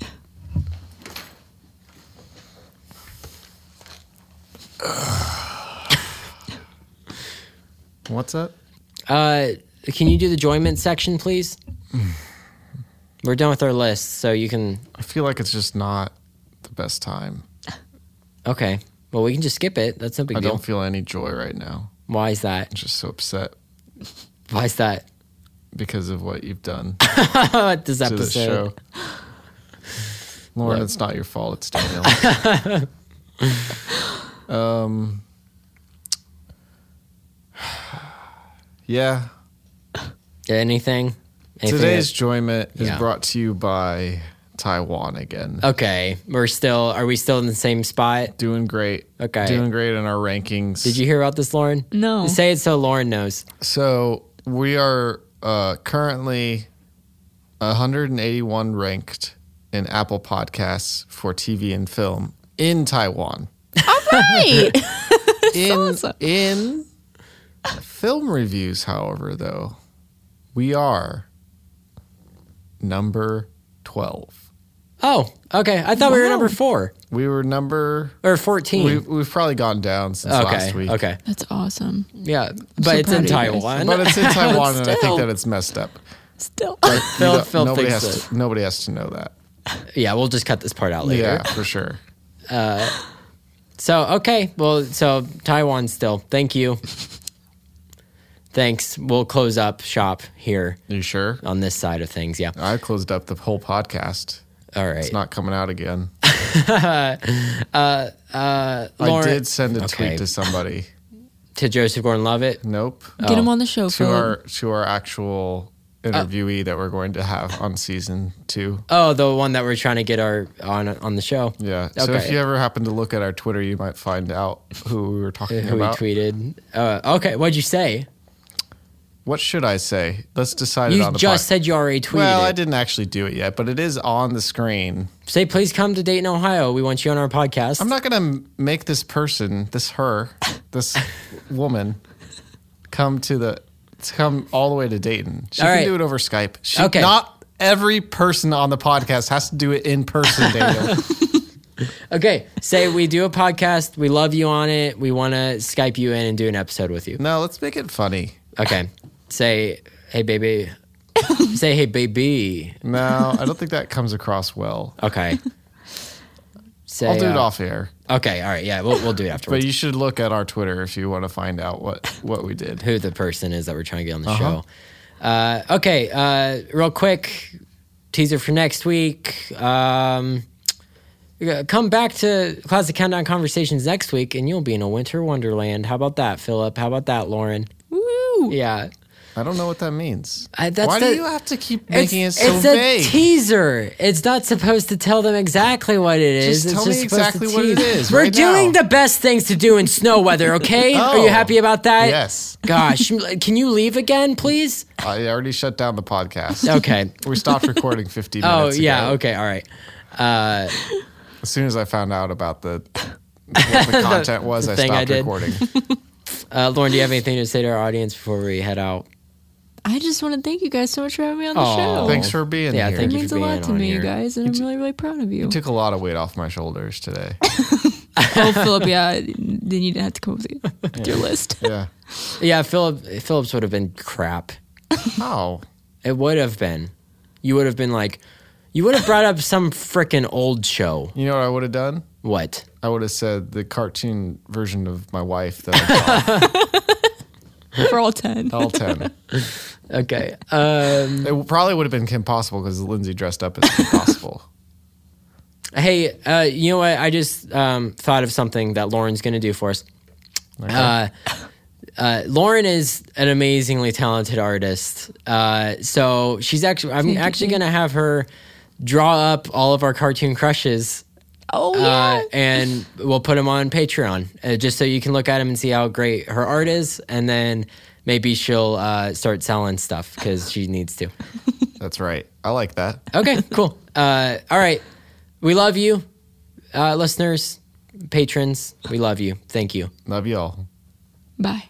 Speaker 4: What's up?
Speaker 2: Uh, can you do the enjoyment section, please? We're done with our lists, so you can.
Speaker 4: I feel like it's just not the best time.
Speaker 2: Okay. Well, we can just skip it. That's no big
Speaker 4: I
Speaker 2: deal.
Speaker 4: don't feel any joy right now.
Speaker 2: Why is that?
Speaker 4: I'm just so upset
Speaker 2: Why is that?
Speaker 4: because of what you've done
Speaker 2: this
Speaker 4: to this
Speaker 2: episode.
Speaker 4: show. Lauren, it's not your fault. It's Daniel. um, yeah.
Speaker 2: Anything? Anything
Speaker 4: Today's
Speaker 2: that-
Speaker 4: enjoyment is
Speaker 2: Yeah. Oh.
Speaker 4: brought to you by Taiwan again.
Speaker 2: okay. We're still. Are we still in the same spot?
Speaker 4: Doing great.
Speaker 2: Okay.
Speaker 4: Doing great in our rankings.
Speaker 2: Did you hear about this, Lauren?
Speaker 3: No.
Speaker 2: Say it so Lauren knows.
Speaker 4: So we are uh, currently 181 ranked in Apple Podcasts for TV and film in Taiwan.
Speaker 3: Hey.
Speaker 4: In
Speaker 3: awesome.
Speaker 4: in film reviews, however, though we are number 12.
Speaker 2: Oh, okay. I thought we were
Speaker 3: Wow.
Speaker 2: number four
Speaker 4: We were number.
Speaker 2: or fourteen.
Speaker 4: We, we've probably gone down since
Speaker 2: Hmm. okay.
Speaker 4: last week.
Speaker 2: Okay.
Speaker 3: That's awesome.
Speaker 2: Yeah, but it's
Speaker 3: proud
Speaker 2: in
Speaker 3: of you guys.
Speaker 2: Taiwan.
Speaker 4: But it's in Taiwan, and I
Speaker 3: Still.
Speaker 4: think that it's messed up.
Speaker 3: Still.
Speaker 2: Phil-
Speaker 4: You don't-
Speaker 2: Phil
Speaker 4: nobody
Speaker 2: thinks
Speaker 4: has to, nobody has to know that.
Speaker 2: yeah, we'll just cut this part out later.
Speaker 4: Yeah, for sure.
Speaker 2: So okay, well, so Taiwan still. Thank you. Thanks. We'll close up shop here
Speaker 4: You sure?
Speaker 2: on this side of things. Yeah.
Speaker 4: I closed up the whole podcast.
Speaker 2: All right.
Speaker 4: It's not coming out again. I
Speaker 2: Uh, Lauren-
Speaker 4: did send a
Speaker 2: Okay.
Speaker 4: tweet to somebody.
Speaker 2: to Joseph Gordon-Levitt.
Speaker 4: Nope.
Speaker 3: Get
Speaker 2: Oh.
Speaker 3: him on the show,
Speaker 4: To
Speaker 3: Philip.
Speaker 4: our to our actual interviewee that we're going to have on season two.
Speaker 2: Uh, Oh, the one that we're trying to get our on on the show.
Speaker 4: Yeah. So if
Speaker 2: Okay.
Speaker 4: you ever happen to look at our Twitter, you might find out who we were talking
Speaker 2: Who we
Speaker 4: about.
Speaker 2: tweeted? Uh, okay, what'd you say?
Speaker 4: What should I say? Let's decide it
Speaker 2: You
Speaker 4: on the
Speaker 2: just
Speaker 4: pod-
Speaker 2: said you already tweeted.
Speaker 4: Well,
Speaker 2: it.
Speaker 4: I didn't actually do it yet, but it is on the screen.
Speaker 2: Say please come to Dayton, Ohio. We want you on our podcast.
Speaker 4: I'm not going to make this person, this her, this woman, come to the to come all the way to Dayton. She
Speaker 2: All
Speaker 4: can
Speaker 2: right.
Speaker 4: do it over Skype. She,
Speaker 2: Okay.
Speaker 4: Not every person on the podcast has to do it in person, Daniel.
Speaker 2: okay, say we do a podcast. We love you on it. We want to Skype you in and do an episode with you.
Speaker 4: no, let's make it funny.
Speaker 2: Okay. Say, hey, baby. Say, hey, baby.
Speaker 4: No, I don't think that comes across well.
Speaker 2: Okay. Say,
Speaker 4: I'll do it
Speaker 2: uh,
Speaker 4: off air,
Speaker 2: Okay. All right. Yeah. We'll, we'll do it
Speaker 4: but
Speaker 2: afterwards.
Speaker 4: you should look at our Twitter if you want to find out what what we did.
Speaker 2: Who the person is that we're trying to get on the
Speaker 4: Uh-huh.
Speaker 2: show. Uh, okay. Uh, real quick teaser for next week. Um, yeah, come back to Classic Countdown Conversations next week and you'll be in a winter wonderland. How about that, Philip? How about that, Lauren?
Speaker 3: Woo.
Speaker 2: Yeah.
Speaker 4: I don't know what that means.
Speaker 2: I- that's
Speaker 4: Why
Speaker 2: the-
Speaker 4: do you have to keep making
Speaker 2: it's
Speaker 4: it so
Speaker 2: it's
Speaker 4: vague?
Speaker 2: a teaser. It's not supposed to tell them exactly what it
Speaker 4: Just
Speaker 2: is. it's
Speaker 4: tell
Speaker 2: just
Speaker 4: me
Speaker 2: supposed to
Speaker 4: exactly what it
Speaker 2: tease.
Speaker 4: is
Speaker 2: We're
Speaker 4: right
Speaker 2: doing
Speaker 4: now.
Speaker 2: the best things to do in snow weather. Okay? Are you
Speaker 4: Oh.
Speaker 2: happy about that?
Speaker 4: Yes.
Speaker 2: Gosh, can you leave again, please?
Speaker 4: I already shut down the podcast.
Speaker 2: Okay.
Speaker 4: We stopped recording 15
Speaker 2: Oh
Speaker 4: minutes ago.
Speaker 2: yeah. Okay. All right.
Speaker 4: As soon as I found out about the what the content was, I
Speaker 2: thing I
Speaker 4: stopped
Speaker 2: did.
Speaker 4: recording.
Speaker 2: Uh, Lauren, do you have anything to say to our audience before we head out?
Speaker 3: I just want to thank you guys so much for having me on the
Speaker 2: Aw.
Speaker 3: show.
Speaker 4: Thanks for being
Speaker 2: Yeah,
Speaker 4: here.
Speaker 2: thank
Speaker 3: It
Speaker 2: you
Speaker 3: means
Speaker 2: for
Speaker 3: a
Speaker 2: being
Speaker 3: lot to
Speaker 2: on
Speaker 3: me,
Speaker 2: here.
Speaker 3: you guys, and I'm really, really proud of you.
Speaker 4: Took a lot of weight off my shoulders today.
Speaker 3: oh, Philip, yeah, then you didn't have to come up with your- with your list.
Speaker 4: Yeah.
Speaker 2: Yeah, Philip Phillips would have been crap.
Speaker 4: Oh.
Speaker 2: It would have been. You would have been like, you would have brought up some frickin' old show.
Speaker 4: You know what I would have done?
Speaker 2: What?
Speaker 4: I would have said the cartoon version of my wife that I saw.
Speaker 3: For all 10.
Speaker 4: all 10.
Speaker 2: Okay. Um,
Speaker 4: It probably would have been Kim Possible because Lindsay dressed up as Kim Possible.
Speaker 2: hey, uh, you know what? I just um, thought of something that Lauren's going to do for us. Uh, uh, Lauren is an amazingly talented artist. Uh, so she's actually, I'm
Speaker 3: Thank you,
Speaker 2: actually
Speaker 3: thank
Speaker 2: going to have her draw up all of our cartoon crushes
Speaker 3: Oh, yeah.
Speaker 2: uh, and we'll put them on Patreon uh, just so you can look at them and see how great her art is, and then maybe she'll uh, start selling stuff because she needs to.
Speaker 4: That's right. I like that.
Speaker 2: Okay, cool. Uh, all right, we love you, uh, listeners, patrons. We love you. Thank you.
Speaker 4: Love y'all.
Speaker 3: Bye.